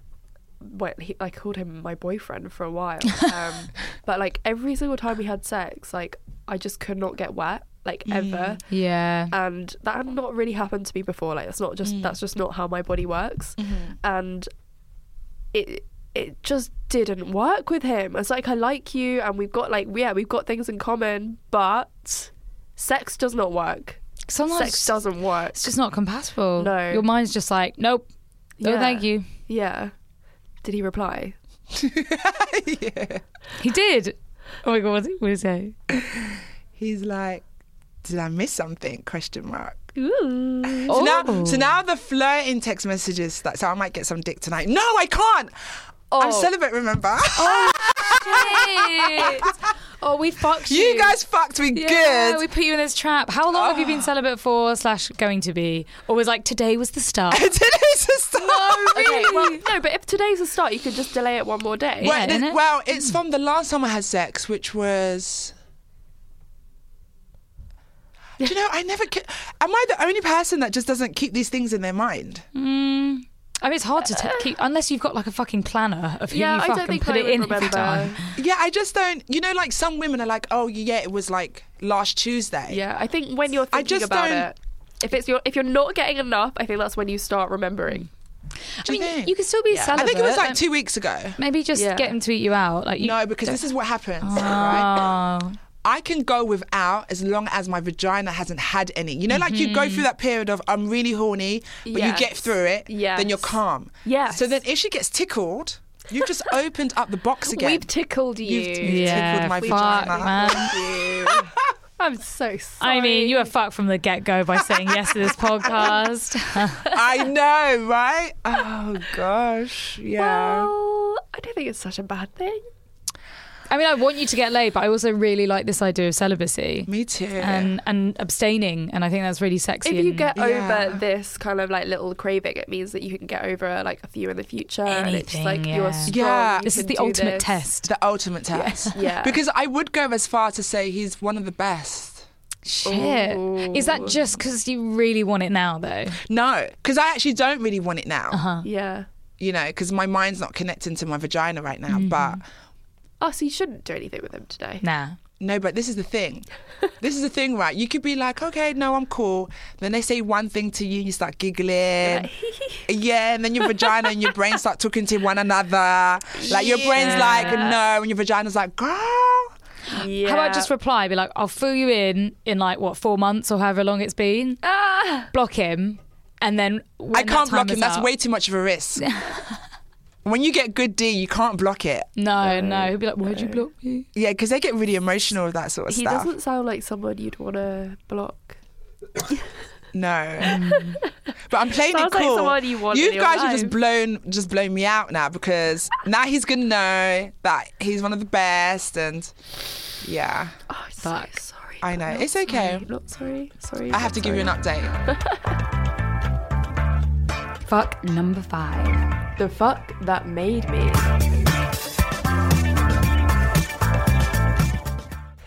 went, he, I called him my boyfriend for a
[LAUGHS]
while. Um, but like every single time we had sex, like I just could not get wet, like
Mm.
ever.
Yeah.
And that had not really happened to me before. Like that's not
Mm.
just that's just not how my body works.
Mm-hmm.
And it it just didn't work with him. It's like I like you, and we've got like yeah we've got things in common, but sex does not work.
Sometimes
sex doesn't work.
it's just not compatible.
No.
Your mind's just like, nope. No,
Yeah.
thank you.
Yeah. Did he reply?
He did. Oh my God, what did he say?
He's like, did I miss something? Question mark.
Ooh.
So now,
Oh.
so now the flirting text messages. That so I might get some dick tonight. No,
Oh.
I can't. I'm celibate. Remember?
Shit. [LAUGHS] Oh, we fucked you.
[LAUGHS] You guys fucked me
Yeah,
good. [LAUGHS]
we put you in this trap. How long have you
Ah.
been celibate for slash going to be? Or was like today was the start?
Today's the start.
Okay, well, no, but if today's the start, you could just delay it one more day.
Yeah.
well,
innit? Mm.
it- well, it's from the last time I had sex, which was. Do you know, I never. Ke- Am I the only person that just doesn't keep these things in their mind?
Mm. I mean, it's hard to t- keep unless you've got like a fucking planner of who you
Yeah, I
fuck
don't
and
think
put
I
it
would
in every
remember.
time.
Yeah, I just don't. You know, like some women are like, oh, yeah, it was like last Tuesday.
Yeah, I um, think when you're
I
thinking
just
about
don't-
it, if it's your if you're not getting enough, I think that's when you start remembering.
I
you
mean,
think?
you can still be celibate.
I think it was like
but
two weeks ago.
maybe just
Yeah.
get him to eat you out. Like you,
No, because this is what happens. Right?
Oh.
I can go without as long as my vagina hasn't had any. You know, like you go through that period of I'm really horny, but
Mm-hmm. Yes.
you get through it, then you're
Yes.
calm.
Yes.
So then if she gets tickled, you've just [LAUGHS] opened up the box again.
We've tickled you.
You've- you
Yeah,
tickled my
fuck,
vagina.
man. [LAUGHS]
I'm so sorry.
I mean, you were fucked from the get go by saying yes
[LAUGHS]
to this podcast.
I know, right?
[LAUGHS]
Oh gosh. Yeah.
Well, I don't think it's such a bad thing.
I mean, I want you to get laid, but I also really like this idea of celibacy
Me too.
um,
and and abstaining, and I think that's really sexy.
If you
and-
get
Yeah.
over this kind of like little craving, it means that you can get over like a few in the future. and it's
Anything,
just, like
yeah.
you're strong.
Yeah.
you
this is
can
the
do
ultimate
this.
test.
the ultimate test.
Yeah.
[LAUGHS] Because I would go as far to say he's one of the best.
Shit, is that just because you really want it now though?
No, because I actually don't really want it
Uh-huh.
now.
Yeah.
You know, because my mind's not connecting to my vagina right now. But
Oh, so you shouldn't do anything with him today.
Nah.
No, but this is the
[LAUGHS]
thing. this is the thing, right? You could be like, okay, no, I'm cool. Then they say one thing to you, you start
[LAUGHS]
giggling. yeah, and then your vagina and your brain start talking to one another. Like your brain's like, no, and your vagina's like, girl.
Yeah.
How about just reply? Be like, I'll fill you in in like what four months or however long it's been. Block him, and then when
Ah. I
that
can't
time
block
is
him. That's
up-
way too much of a
[LAUGHS]
risk. when you get good D, you can't block it.
No, no. He'll be like, why'd you block me?
Yeah, because they get really emotional with that sort of
he
stuff.
doesn't sound like someone you'd want to block. [LAUGHS]
No. but I'm playing
Sounds
it
like
cool.
someone you want in your
guys have just
life.
blown just blown me out now because now he's gonna know that he's one of the best and yeah.
Oh, I'm
Fuck.
so sorry.
I
but
know.
not
It's okay.
sorry, Not sorry. Sorry.
I have to give you an update.
Fuck number five.
the fuck that made me.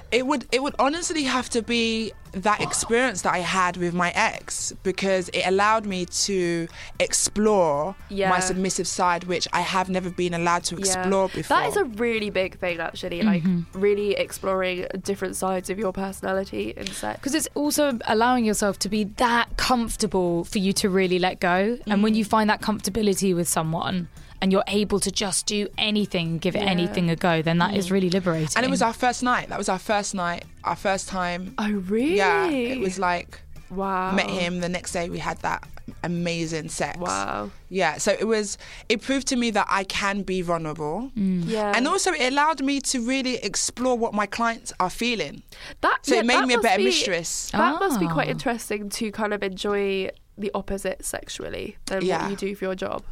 It would it would honestly have to be that experience that I had with my ex because it allowed me to explore
Yeah.
my submissive side which I have never been allowed to explore before.
That is a really big thing, actually. Like, really exploring different sides of your personality and sex.
Because it's also allowing yourself to be that comfortable for you to really let go. And when you
Mm.
find that comfortability with someone and you're able to just do anything, give it anything a go, then that is really liberating.
Mm. and it was our first night. That was our first night, our first time.
Oh, really?
Yeah, it was like
Wow.
met him the next day we had that amazing sex
Wow.
yeah so it was it proved to me that i can be vulnerable
Yeah.
and also it allowed me to really explore what my clients are feeling
that,
so
yeah,
it made
that
me a
must
better
be-
mistress
That must be quite
Ah.
interesting to kind of enjoy the opposite sexually than
Yeah.
what you do for your job.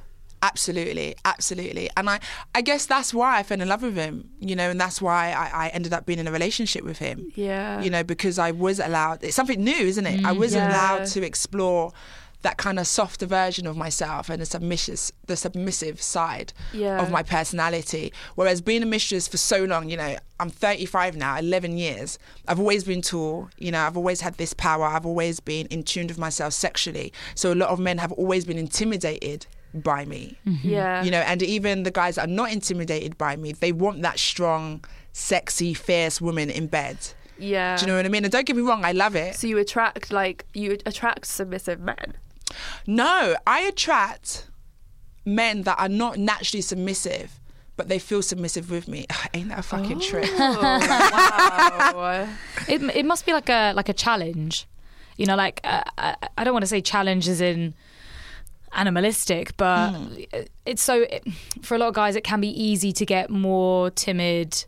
absolutely absolutely and i i guess that's why i fell in love with him you know and that's why i, I ended up being in a relationship with him
Yeah. Mm,
you know because i was allowed it's something new isn't it i was
Yeah.
allowed to explore that kind of softer version of myself and the submissive the submissive side
Yeah.
of my personality whereas being a mistress for so long you know i'm 35 now 11 years i've always been tall you know i've always had this power i've always been in tune with myself sexually so a lot of men have always been intimidated by me
Yeah.
you know and even the guys that are not intimidated by me they want that strong sexy fierce woman in bed
Yeah.
do you know what I mean? And don't get me wrong, I love it.
so you attract like you attract submissive men.
No, I attract men that are not naturally submissive, but they feel submissive with me. [SIGHS] Ain't that a fucking trick? [LAUGHS]
wow.
It, it must be like a like a challenge, you know. Like uh, I, I don't want to say challenge as in animalistic, but it's so for a lot of guys it can be easy to get more timid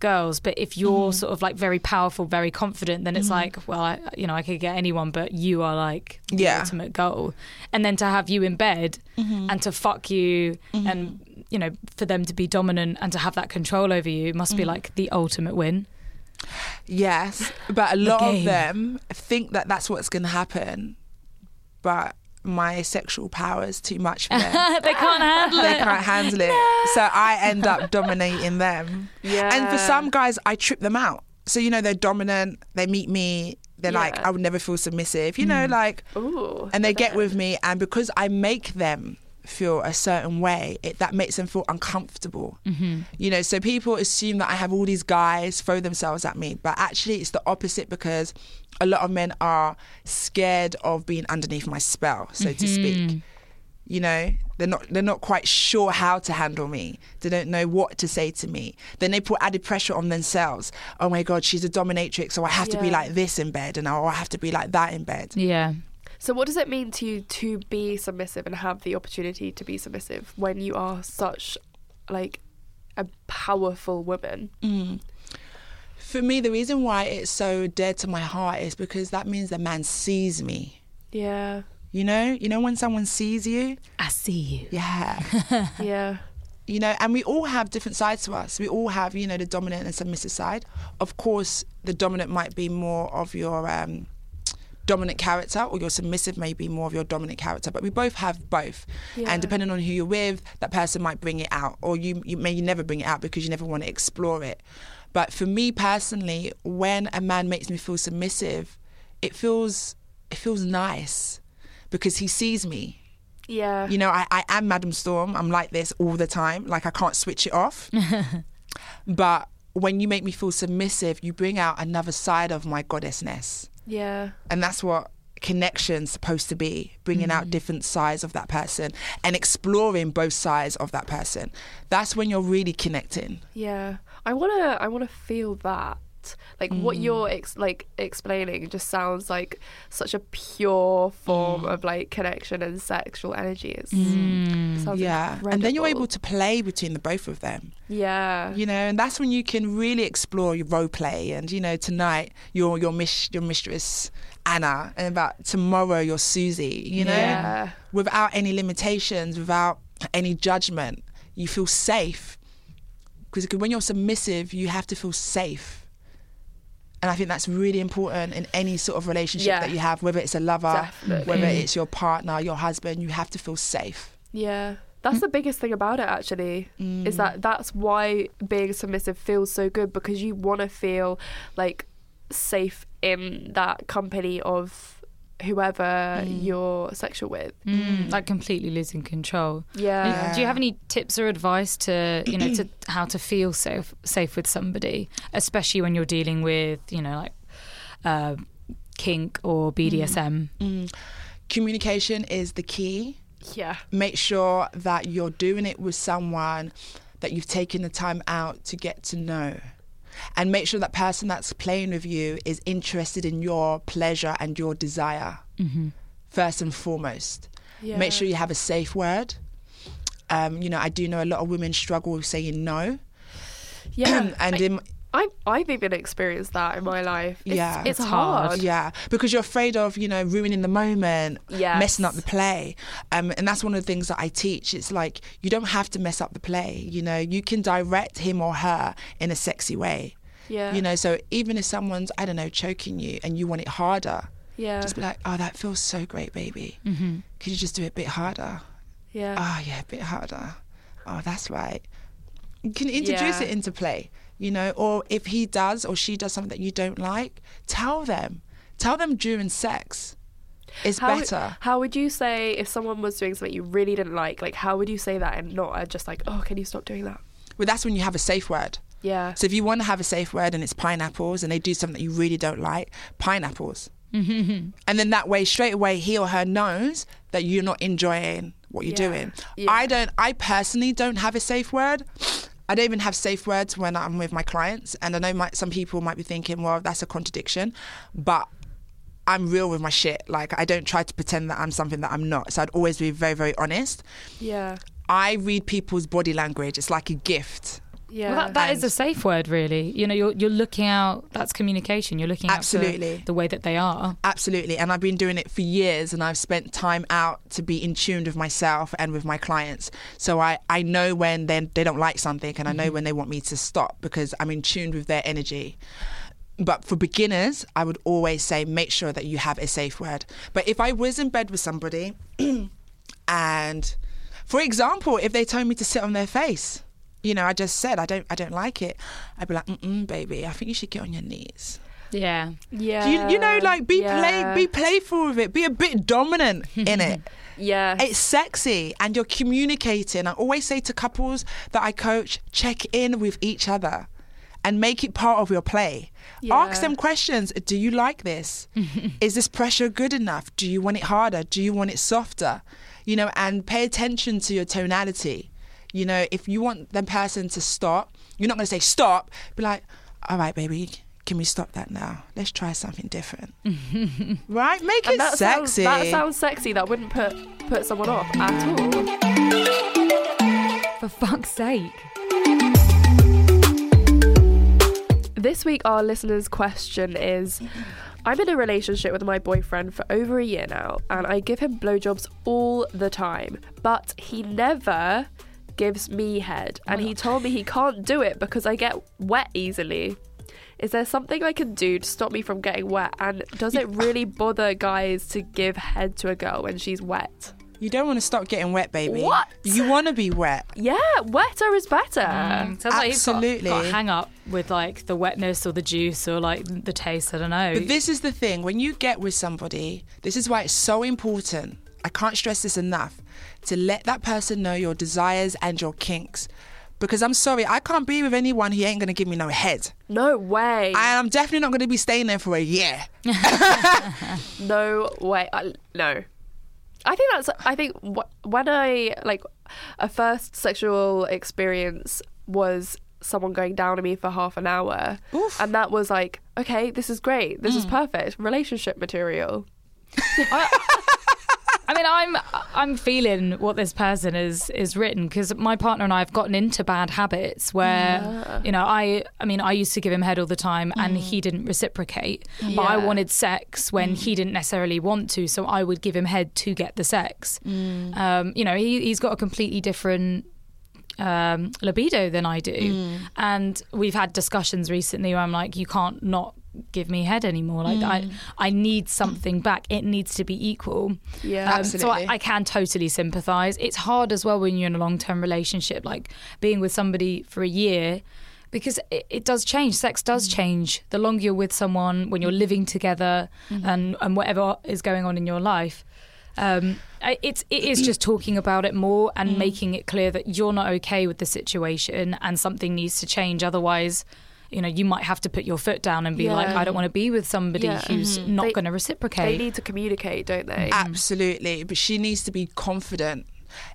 girls. But if you're sort of like very powerful, very confident, then it's like, well, I, you know, I could get anyone, but you are like the
Yeah.
ultimate goal. And then to have you in bed and to fuck you and you know for them to be dominant and to have that control over you must be like the ultimate win.
Yes, but a lot of
game.
them think that that's what's going to happen. But my sexual power is too much
[LAUGHS]
for them.
they can't handle
they can't handle it. So I end up dominating them.
Yeah.
And for some guys, I trip them out. So, you know, they're dominant, they meet me, they're like,
Yeah.
I would never feel submissive, you know, like,
Ooh,
and they get with me. And because I make them feel a certain way, it, that makes them feel uncomfortable. You know, so people assume that I have all these guys throw themselves at me, but actually it's the opposite because a lot of men are scared of being underneath my spell, so to speak. You know, they're not they're not quite sure how to handle me. They don't know what to say to me. Then they put added pressure on themselves. Oh my god, she's a dominatrix, so I have to be
Yeah.
like this in bed and oh, I have to be like that in bed.
Yeah.
[LAUGHS] So, what does it mean to you to be submissive and have the opportunity to be submissive when you are such, like, a powerful woman?
For me, the reason why it's so dead to my heart is because that means the man sees me.
Yeah,
You know, you know when someone sees you.
I see you. [LAUGHS]
Yeah.
yeah,
you know, and we all have different sides to us. We all have, you know, the dominant and submissive side. Of course, the dominant might be more of your um, dominant character, or your submissive may be more of your dominant character. But we both have both,
Yeah.
and depending on who you're with, that person might bring it out, or you, you may never bring it out because you never want to explore it. But for me personally, when a man makes me feel submissive, it feels it feels nice because he sees me
yeah.
you know, I, I am Madam Storm. I'm like this all the time. Like I can't switch it
[LAUGHS]
off. but when you make me feel submissive, you bring out another side of my goddessness.
yeah.
And that's what connection's supposed to be bringing
Mm-hmm.
out different sides of that person and exploring both sides of that person. That's when you're really connecting.
Yeah, I wanna, I wanna feel that. Like what
Mm.
you're ex- like explaining just sounds like such a pure form
Mm.
of like connection and sexual energy. It's, sounds
Mm. Yeah. And then you're
incredible.
able to play between the both of them.
yeah,
you know, and that's when you can really explore your role play. And you know, tonight you're your mis- your mistress Anna, and about tomorrow you're Susie. You know,
Yeah.
without any limitations, without any judgment, you feel safe. Because when you're submissive, you have to feel safe. And I think that's really important in any sort of relationship
Yeah.
that you have, whether it's a lover,
Definitely.
whether it's your partner, your husband, you have to feel safe.
Yeah. That's
Hmm?
the biggest thing about it actually is
Mm.
that that's why being submissive feels so good because you want to feel like safe in that company of whoever
Mm.
you're sexual with.
Like completely losing control.
Yeah.
And Do you have any tips or advice to you
[CLEARS THROAT]
know to how to feel safe safe with somebody, especially when you're dealing with you know like uh, kink
Mm.
or BDSM?
Communication is the key.
Yeah.
make sure that you're doing it with someone that you've taken the time out to get to know and make sure that person that's playing with you is interested in your pleasure and your desire first and foremost make
Mm-hmm. Yeah.
sure you have a safe word um, you know i do know a lot of women struggle with saying no [CLEARS THROAT]
Yeah.
and in
I I've even experienced that in my life. It's,
Yeah.
It's,
It's
hard.
hard.
Oh, Yeah, because you're afraid of you know ruining the moment,
Yes.
messing up the play, um, and that's one of the things that I teach. It's like you don't have to mess up the play. You know, you can direct him or her in a sexy way.
Yeah.
You know, so even if someone's I don't know choking you and you want it harder,
Yeah.
just be like, oh, that feels so great, baby. Mm-hmm. Could you just do it a bit harder?
Yeah.
Oh yeah, a bit harder. Oh, that's right. You can introduce
Yeah.
it into play, you know, or if he does or she does something that you don't like, tell them. Tell them during sex. It's
how,
better.
how would you say if someone was doing something you really didn't like, like how would you say that and not uh, just like, oh, can you stop doing that?
Well, that's when you have a safe word.
Yeah.
So if you want to have a safe word and it's pineapples and they do something that you really don't like, pineapples.
[LAUGHS]
and then that way, straight away, he or her knows that you're not enjoying what you're
Yeah.
doing.
Yeah.
I don't. I personally don't have a safe word. I don't even have safe words when I'm with my clients. And I know my, some people might be thinking, well, that's a contradiction, but. I'm real with my shit. Like, I don't try to pretend that I'm something that I'm not. So, I'd always be very, very honest.
yeah.
I read people's body language. It's like a gift.
Yeah.
Well, that, that is a safe word, really. You know, you're you're looking out. That's communication. You're looking out
Absolutely.
for the way that they are.
Absolutely. And I've been doing it for years and I've spent time out to be in tune with myself and with my clients. So I, I know when they, they don't like something and I know when they want me to stop because I'm in tune with their energy. But for beginners, I would always say make sure that you have a safe word. But if I was in bed with somebody [CLEARS THROAT] and for example, if they told me to sit on their face, you know, I just said I don't I don't like it. I'd be like, mm baby, I think you should get on your knees.
Yeah.
You,
Yeah.
you know, like be
yeah.
play, be playful with it. Be a bit dominant in it.
Yeah.
It's sexy, and you're communicating. I always say to couples that I coach, check in with each other, and make it part of your play. Ask
Yeah.
them questions. Do you like
[LAUGHS]
this? Is this pressure good enough? Do you want it harder? Do you want it softer? You know, and pay attention to your tonality. You know, if you want the person to stop, you're not going to say stop. Be like, all right, baby, can we stop that now? Let's try something
[LAUGHS]
different. right? Make it
And that
sexy.
Sounds, that sounds sexy. That wouldn't put put someone off at all.
For fuck's sake.
This week, our listener's question is I'm in a relationship with my boyfriend for over a year now, and I give him blowjobs all the time, but he never gives me head. And he told me he can't do it because I get wet easily. Is there something I can do to stop me from getting wet? And does it really bother guys to give head to a girl when she's wet?
you don't want to stop getting wet, baby.
What?
You want to be wet.
Yeah, wetter is better.
Sounds like he's got-
absolutely.
got, a hang up with like the wetness or the juice or like the taste. I don't know.
But this is the thing when you get with somebody, this is why it's so important. I can't stress this enough to let that person know your desires and your kinks. Because I'm sorry, I can't be with anyone who ain't going to give me no head.
No way.
And I'm definitely not going to be staying there for a year.
No way. I, no. I think that's. I think wh- when I like a first sexual experience was someone going down on me for half an hour, and that was like, okay, this is great. This is perfect relationship material.
I mean, I'm I'm feeling what this person is is written because my partner and I have gotten into bad habits where you know I I mean I used to give him head all the time and he didn't reciprocate, but I
Yeah.
wanted sex when he didn't necessarily want to, so I would give him head to get the sex. Um, you know, he, he's got a completely different um, libido than I do. And we've had discussions recently where I'm like, you can't not give me head anymore. Like I, I need something back. It needs to be equal. Um,
Yeah.
So I,
Absolutely.
I can totally sympathise. It's hard as well when you're in a long term relationship, like being with somebody for a year. Because it, it does change. Sex does
Mm.
change. The longer you're with someone, when you're living together,
Mm-hmm.
and, and whatever is going on in your life, um, I- it's it is just talking about it more
Mm.
and making it clear that you're not okay with the situation and something needs to change. Otherwise, you know, you might have to put your foot down and be
Yeah.
like, I don't want to be with somebody
Yeah. Mm-hmm.
who's not
They-
going to
They
reciprocate.
need to communicate, don't they?
Absolutely. But she needs to be confident.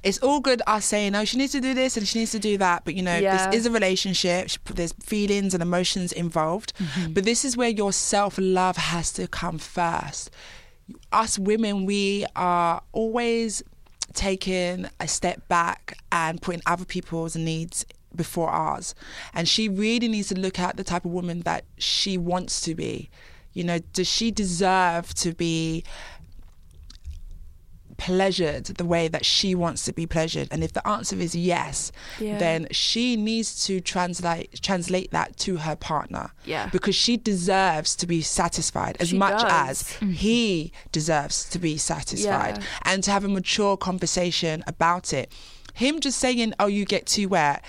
It's all good us saying, oh, she needs to do this and she needs to do that. But, you know,
Yeah.
this is a relationship. She- There's feelings and emotions involved. But this is where your self love has to come first. Us women, we are always taking a step back and putting other people's needs before ours. And she really needs to look at the type of woman that she wants to be. You know, does she deserve to be pleasured the way that she wants to be pleasured and if the answer is yes
Yeah.
then she needs to translate translate that to her partner
Yeah.
because she deserves to be satisfied as
She
much
does. Mm-hmm.
as he deserves to be satisfied
Yeah.
and to have a mature conversation about it him just saying oh you get too wet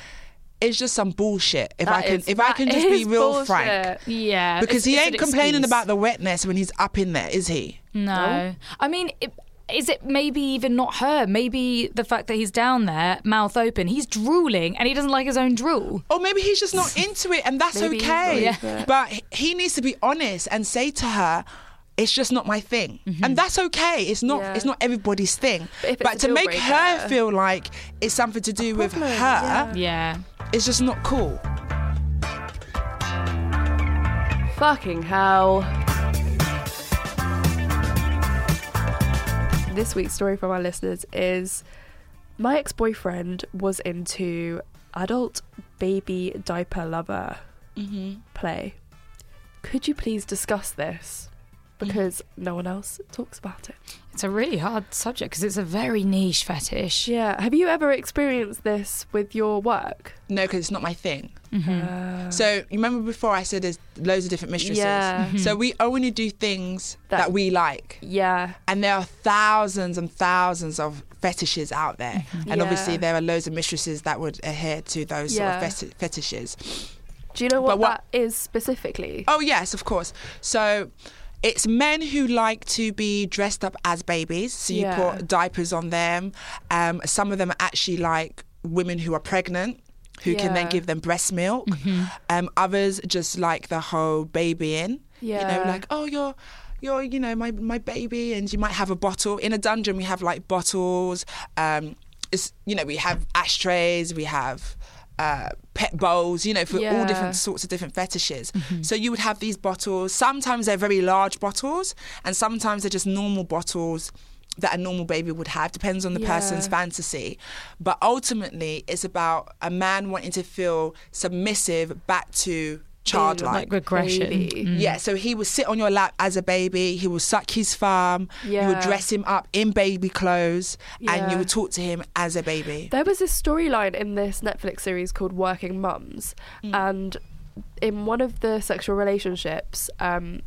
is just some bullshit if i
That
can
is-
if i
that
can just be
is
real
bullshit.
frank
yeah, it's-
because he
it's
ain't
an
complaining
excuse.
about the wetness when he's up in there is he
No. I mean, it, is it maybe even not her? Maybe the fact that he's down there, mouth open, he's drooling and he doesn't like his own drool.
Or maybe he's just not into it, and that's
Maybe he's not
okay.
into Yeah. it.
But he- he needs to be honest and say to her, "It's just not my thing," and that's okay. It's not.
Mm-hmm. Yeah.
It's not everybody's thing.
But if it's
But
a
to
deal
make her
breaker-
feel like it's something to do with
problem,
her,
Yeah.
it's just not cool.
Fucking hell. This week's story from our listeners is my ex boyfriend was into adult baby diaper lover Mm-hmm. play. Mm. Could you please discuss this? Because no one else talks about it.
It's a really hard subject because it's a very niche fetish.
Yeah. Have you ever experienced this with your work?
No, because it's not my thing.
Uh,
So you remember before I said there's loads of different mistresses.
Yeah. Mm-hmm.
So we only do things that,
That-
we like,
yeah.
and there are thousands and thousands of fetishes out there, and
Mm-hmm. Yeah.
obviously there are loads of mistresses that would adhere to those
Yeah.
sort of feti- fetishes.
Do you know
But
what,
what-
that is specifically?
Oh yes, of course. So it's men who like to be dressed up as babies. So you
Yeah.
put diapers on them. Um, some of them are actually like women who are pregnant. Who can then
Yeah. Mm-hmm.
give them breast milk? Um, others just like the whole babying. You know,
Yeah.
like oh, you're, you're, you know, my my baby, and you might have a bottle in a dungeon. We have like bottles. Um, it's, you know, we have ashtrays. We have uh, pet bowls. You know, for all
Yeah.
different sorts of different fetishes. So you would have these bottles. Sometimes they're very large bottles, and sometimes they're just normal bottles that a normal baby would have. Depends on the person's
Yeah.
fantasy. But ultimately, it's about a man wanting to feel submissive back to childlike.
Like regression.
Baby.
Yeah, so he would sit on your lap as a baby. He would suck his thumb. You would
Yeah.
dress him up in baby clothes, and you
Yeah.
would talk to him as a baby.
There was this storyline in this Netflix series called Working Mums,
Mm.
and in one of the sexual relationships, um,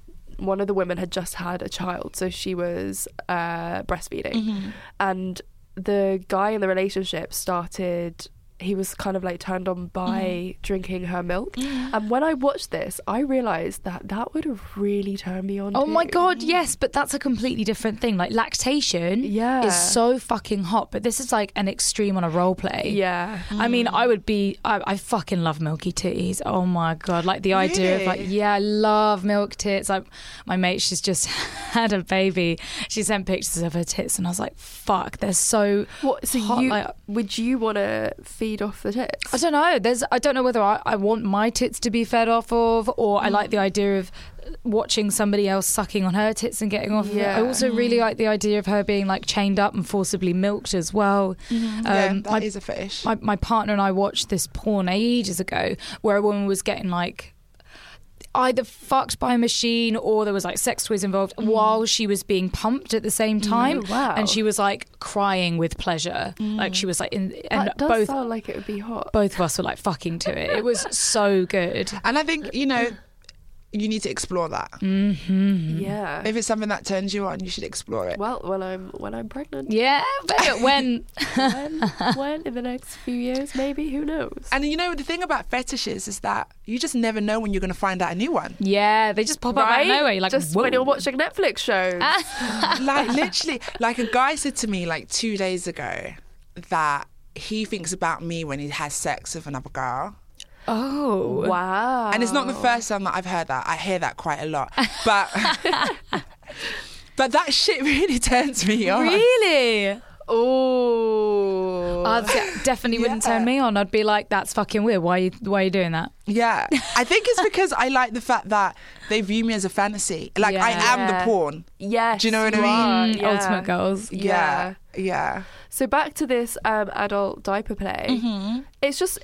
one of the women had just had a child, so she was uh, breastfeeding,
Mm-hmm.
and the guy in the relationship started. He was kind of like turned on by
Mm-hmm.
drinking her milk,
Mm.
and when I watched this, I realised that that would have really turned me on.
Oh my
too.
god, yes, but that's a completely different thing. Like lactation
Yeah.
is so fucking hot, but this is like an extreme on a role play.
Yeah,
I mean,
Mm.
I would be. I, I fucking love milky titties. Oh my god! Like the idea of like,
Really?
yeah, I love milk tits. Like my mate, she's just [LAUGHS] had a baby. She sent pictures of her tits, and I was like, fuck, they're so.
what? So
hot,
you
like-
would you want to feed off the tits?
I don't know. There's. I don't know whether I, I want my tits to be fed off of, or I like the
Mm.
idea of watching somebody else sucking on her tits and getting off. of it. I
Yeah.
also really
Mm.
like the idea of her being like chained up and forcibly milked as well.
Mm-hmm. yeah,
Um,
that
I-
is a fetish.
my, my partner and I watched this porn ages ago where a woman was getting like either fucked by a machine or there was like sex toys involved
Mm.
while she was being pumped at the same time
Oh, wow.
and she was like crying with pleasure like she was like in and
Mm. that does
both
sound like it would be hot.
both of us were like fucking to it it was so good
and I think you know, you need to explore that.
Yeah.
If it's something that turns you on, you should explore it.
Well, when I'm when I'm pregnant,
yeah but when
when when in the next few years, maybe who knows?
And you know the thing about fetishes is that you just never know when you're going to find out a new
[LAUGHS]
one.
[LAUGHS] yeah they just pop up out of nowhere you're like
just
Whoa. Ah.
when you're watching Netflix shows.
like literally, like a guy said to me like two days ago that he thinks about me when he has sex with another girl.
oh
wow.
And it's not the first time that I've heard that. I hear that quite a lot.
[LAUGHS]
But but that shit really turns me on.
really
Oh.
I definitely wouldn't turn me on. I'd be like, "That's fucking weird. Why are you, why are you doing that?"
Yeah. I think it's because I like the fact that they view me as a fantasy. Like I
Yeah.
am the porn.
yes.
Do you know what I
are,
mean?
Mm, Ultimate goals.
Yeah.
Yeah. yeah.
So back to this um, adult diaper play.
Mm-hmm.
It's just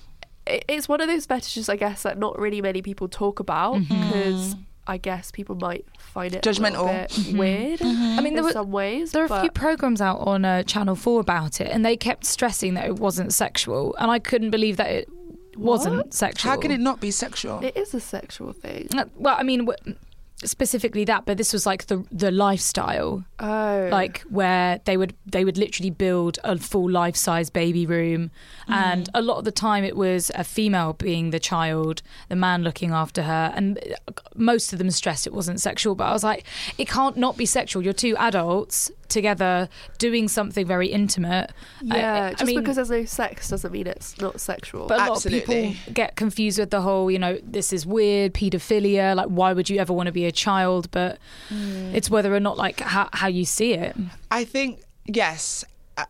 it- it's one of those fetishes, I guess, that not really many people talk about
Mm-hmm.
because I guess people might find it a little
Judgmental.
bit weird.
Mm-hmm. I mean, there
in
were
some ways.
there are a
but
few programs out on uh, Channel Four about it, and they kept stressing that it wasn't sexual, and I couldn't believe that it wasn't sexual.
How can it not be sexual?
it is a sexual thing.
Uh, Well, I mean, w- specifically that, but this was like the the lifestyle,
Oh,
like where they would they would literally build a full life size baby room,
Mm-hmm.
and a lot of the time it was a female being the child, the man looking after her, and uh, most of them stressed it wasn't sexual. But I was like, it can't not be sexual. You're two adults together doing something very intimate. I-
yeah.
I
just
mean-
because there's no sex doesn't mean it's not sexual.
But a lot of
Absolutely.
people get confused with the whole, you know, this is weird, paedophilia. Like, why would you ever want to be a child? But
Mm.
it's whether or not, like, how, how you see it.
I think yes. I,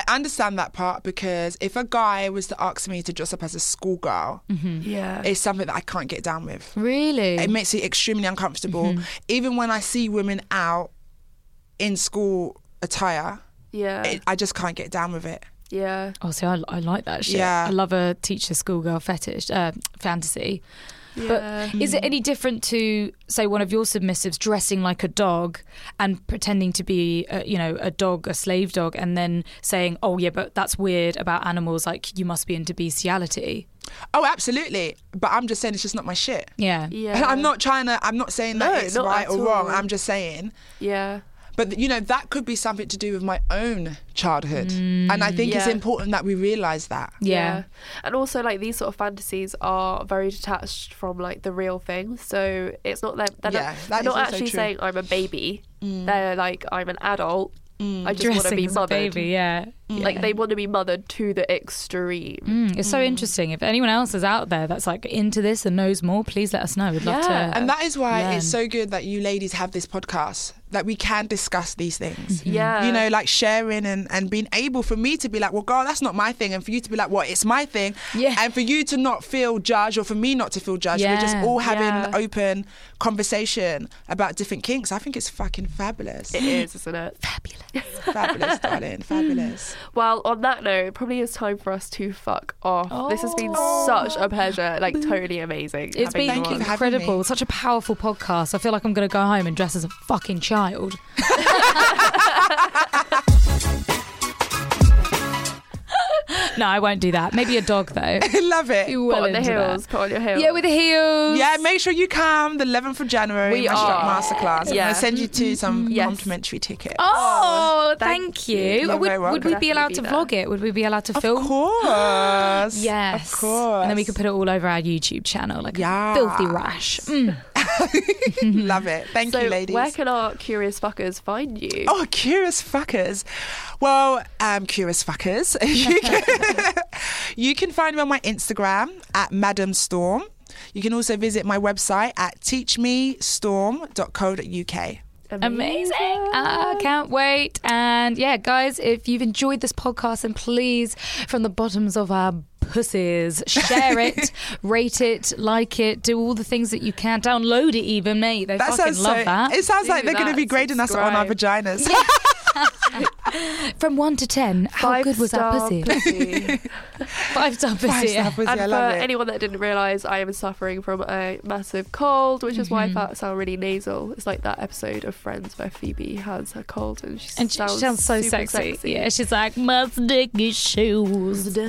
I understand that part because if a guy was to ask me to dress up as a schoolgirl,
Mm-hmm. yeah,
it's something that I can't get down with.
Really?
Mm-hmm.
It makes me extremely uncomfortable. Even when I see women out in school attire,
yeah,
it, I just can't get down with it.
yeah.
oh, see, I, I like that shit.
Yeah.
I love a teacher schoolgirl fetish, uh, fantasy.
Yeah.
But is it any different to say one of your submissives dressing like a dog and pretending to be, a, you know, a dog, a slave dog, and then saying, "Oh yeah, but that's weird about animals. Like you must be into bestiality."
Oh, absolutely. But I'm just saying it's just not my shit. [LAUGHS]
Yeah.
Yeah.
I'm not trying to. I'm not saying that
No,
it's
not
right
at
or wrong.
all.
I'm just saying.
Yeah.
But you know that could be something to do with my own childhood, and I think it's
Mm, Yeah.
important that we realise that.
Yeah.
And also, like these sort of fantasies are very detached from like the real thing. So it's not that they're
Yeah, that
not, they're
is
not
also
actually
true. Mm.
saying I'm a baby. They're like I'm an adult. I just want to
Dressing
be
as a
mothered.
baby. Yeah.
Like they want to be mothered to the extreme.
Mm, it's so interesting. If anyone else is out there that's like into this and knows more, please let us know. We'd love
Yeah.
to.
And that is why
learn.
it's so good that you ladies have this podcast that we can discuss these things.
Mm-hmm.
Yeah.
You know, like sharing and, and being able for me to be like, well, girl, that's not my thing. And for you to be like, well, it's my thing.
Yeah.
And for you to not feel judged or for me not to feel judged. We're just
Yeah,
all having
yeah.
an open conversation about different kinks. I think it's fucking fabulous.
It is, isn't it?
[LAUGHS]
fabulous, darling. Fabulous. [LAUGHS]
Well, on that note, it probably is time for us to fuck off. This has been such a pleasure. Like, totally amazing.
Oh. It's
having
been
Thank you
on.
for having
incredible.
me.
Such a powerful podcast. I feel like I'm going to go home and dress as a fucking
[LAUGHS]
child. no, I won't do that. Maybe a dog though.
I love it.
You
Put
well
on the
into that.
heels. Put on your heels.
Yeah, with the heels.
Yeah, make sure you come the 11th of January.
We
my strap
are.
masterclass. I'm
Yeah.
going to send you to some
Yes.
complimentary tickets.
Mm-hmm. Oh,
Thank
thank
you.
you.
You're very
Would, would we
welcome.
be allowed to
Definitely
vlog it? Would we be allowed to
Of
film?
course.
[GASPS] Yes.
Of course.
And then we could put it all over our YouTube channel like
Yes.
a filthy
[LAUGHS]
rash. Mm.
Love it. Thank
so,
you, ladies.
where can our curious fuckers find you?
Oh, curious fuckers. Well, um, curious fuckers. [LAUGHS] you, can, you can find me on my Instagram at Madam Storm. You can also visit my website at teachmestorm.co.uk.
Amazing. I can't wait. And yeah, guys, if you've enjoyed this podcast, then please, from the bottoms of our pussies, share it, rate it, like it, do all the things that you can. Download it, even, mate. They
That
fucking
sounds
love
so.
that.
It sounds
Do
like they're going to
that,
be grading us on our vaginas. [LAUGHS]
From one to ten, how
Five
good was our
star
pussy? [LAUGHS]
pussy.
Five star pussy.
Five
yeah.
star pussy, I
and for
love it.
anyone that didn't realise, I am suffering from a massive cold, which is why
Mm-hmm.
I fa- sound really nasal. It's like that episode of Friends where Phoebe has her cold and she,
And she
sounds,
sounds, so
super
sexy. Yeah, she's like, must dig your shoes. [LAUGHS]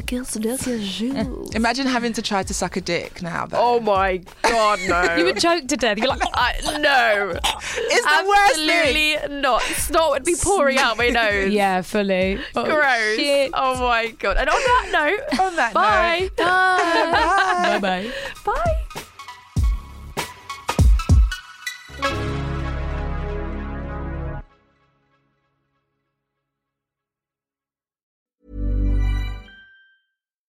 Imagine having to try to suck a dick now. Though.
Oh my god, no.
[LAUGHS] You would choke to death. You're like,
I, no.
it's the worst thing.
Absolutely not. Snot would be pouring out
[LAUGHS]
my nose.
yeah, fully. Oh,
Gross. [LAUGHS]
Shit.
Oh my god. And on that note,
On that note.
bye. Bye.
Bye bye.
[LAUGHS] bye.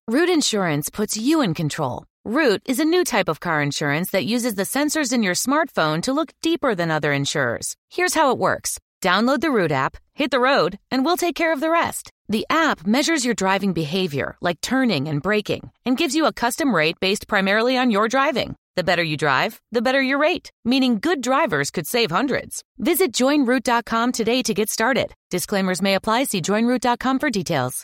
Root Insurance puts you in control. Root is a new type of car insurance that uses the sensors in your smartphone to look deeper than other insurers. Here's how it works download the Root app, hit the road, and we'll take care of the rest. The app measures your driving behavior, like turning and braking, and gives you a custom rate based primarily on your driving. The better you drive, the better your rate, meaning good drivers could save hundreds. Visit joinroot.com today to get started. Disclaimers may apply. See joinroot.com for details.